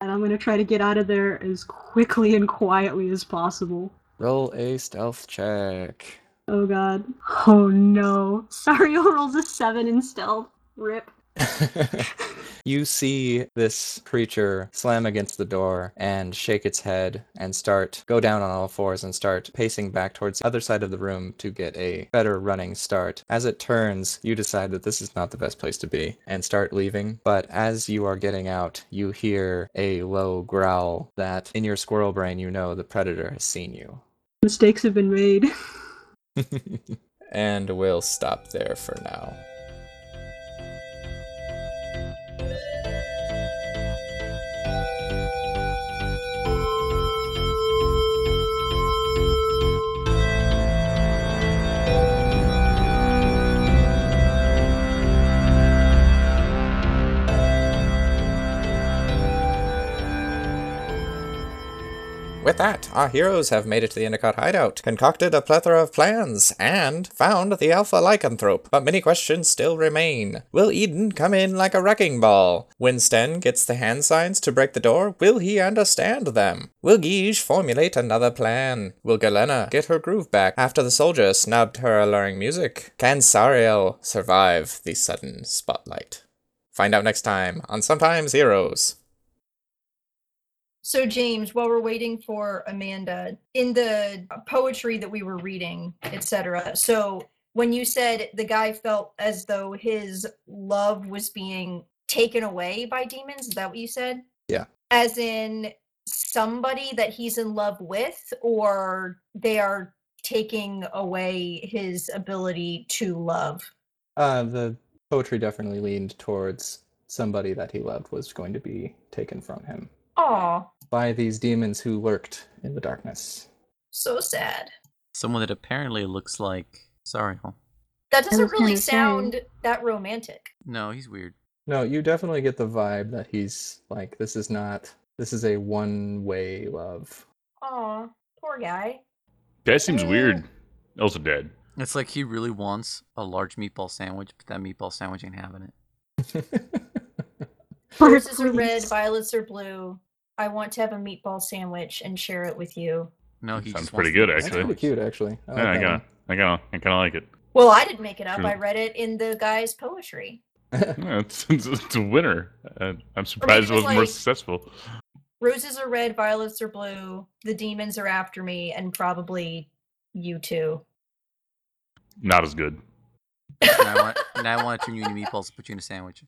S5: and I'm gonna try to get out of there as quickly and quietly as possible.
S1: Roll a stealth check.
S5: Oh god. Oh no. [LAUGHS] Sario rolls a seven in stealth. Rip.
S1: [LAUGHS] you see this creature slam against the door and shake its head and start go down on all fours and start pacing back towards the other side of the room to get a better running start. As it turns, you decide that this is not the best place to be and start leaving. But as you are getting out, you hear a low growl that in your squirrel brain you know the predator has seen you. [LAUGHS]
S5: Mistakes have been made. [LAUGHS]
S8: And we'll stop there for now.
S7: With that, our heroes have made it to the Endicott hideout, concocted a plethora of plans, and found the Alpha Lycanthrope, but many questions still remain. Will Eden come in like a wrecking ball? When Sten gets the hand signs to break the door, will he understand them? Will Guige formulate another plan? Will Galena get her groove back after the soldier snubbed her alluring music? Can Sariel survive the sudden spotlight? Find out next time on Sometimes Heroes.
S4: So, James, while we're waiting for Amanda, in the poetry that we were reading, etc. So, when you said the guy felt as though his love was being taken away by demons, is that what you said?
S1: Yeah.
S4: As in somebody that he's in love with, or they are taking away his ability to love?
S1: Uh, the poetry definitely leaned towards somebody that he loved was going to be taken from him
S4: Aw,
S1: by these demons who lurked in the darkness.
S4: so sad.
S2: Someone that apparently looks like Sariel.
S4: That
S5: I
S4: doesn't
S5: was
S4: really
S5: gonna say.
S4: sound that romantic.
S2: No, he's weird.
S1: No, you definitely get the vibe that he's like, this is not, this is a one way love. [LAUGHS]
S4: Aw, poor guy.
S6: That seems
S4: Uh.
S6: weird. Also dead.
S2: It's like he really wants a large meatball sandwich, but that meatball sandwich ain't having it.
S4: Roses are red,
S5: Please.
S4: violets are blue. I want to have a meatball sandwich and share it with you.
S2: No,
S6: That
S2: he
S6: sounds
S2: just
S6: pretty
S2: wants the
S6: good,
S2: meatball
S1: That's
S6: actually.
S1: pretty
S2: sandwich.
S1: cute, actually. I like
S6: yeah, I
S1: that
S6: kinda, I kinda, I kinda like it.
S4: Well, I didn't make it up.
S6: True.
S4: I read it in the guy's poetry.
S1: one.
S6: Yeah, it's, [LAUGHS] it's, it's a winner. Uh, I'm surprised
S4: it's
S6: it was more
S4: like-
S6: successful.
S4: Roses are red, violets are blue. The demons are after me, and probably you too.
S6: Not as good.
S2: And I want, and I want to turn you into meatballs and put you in a sandwich.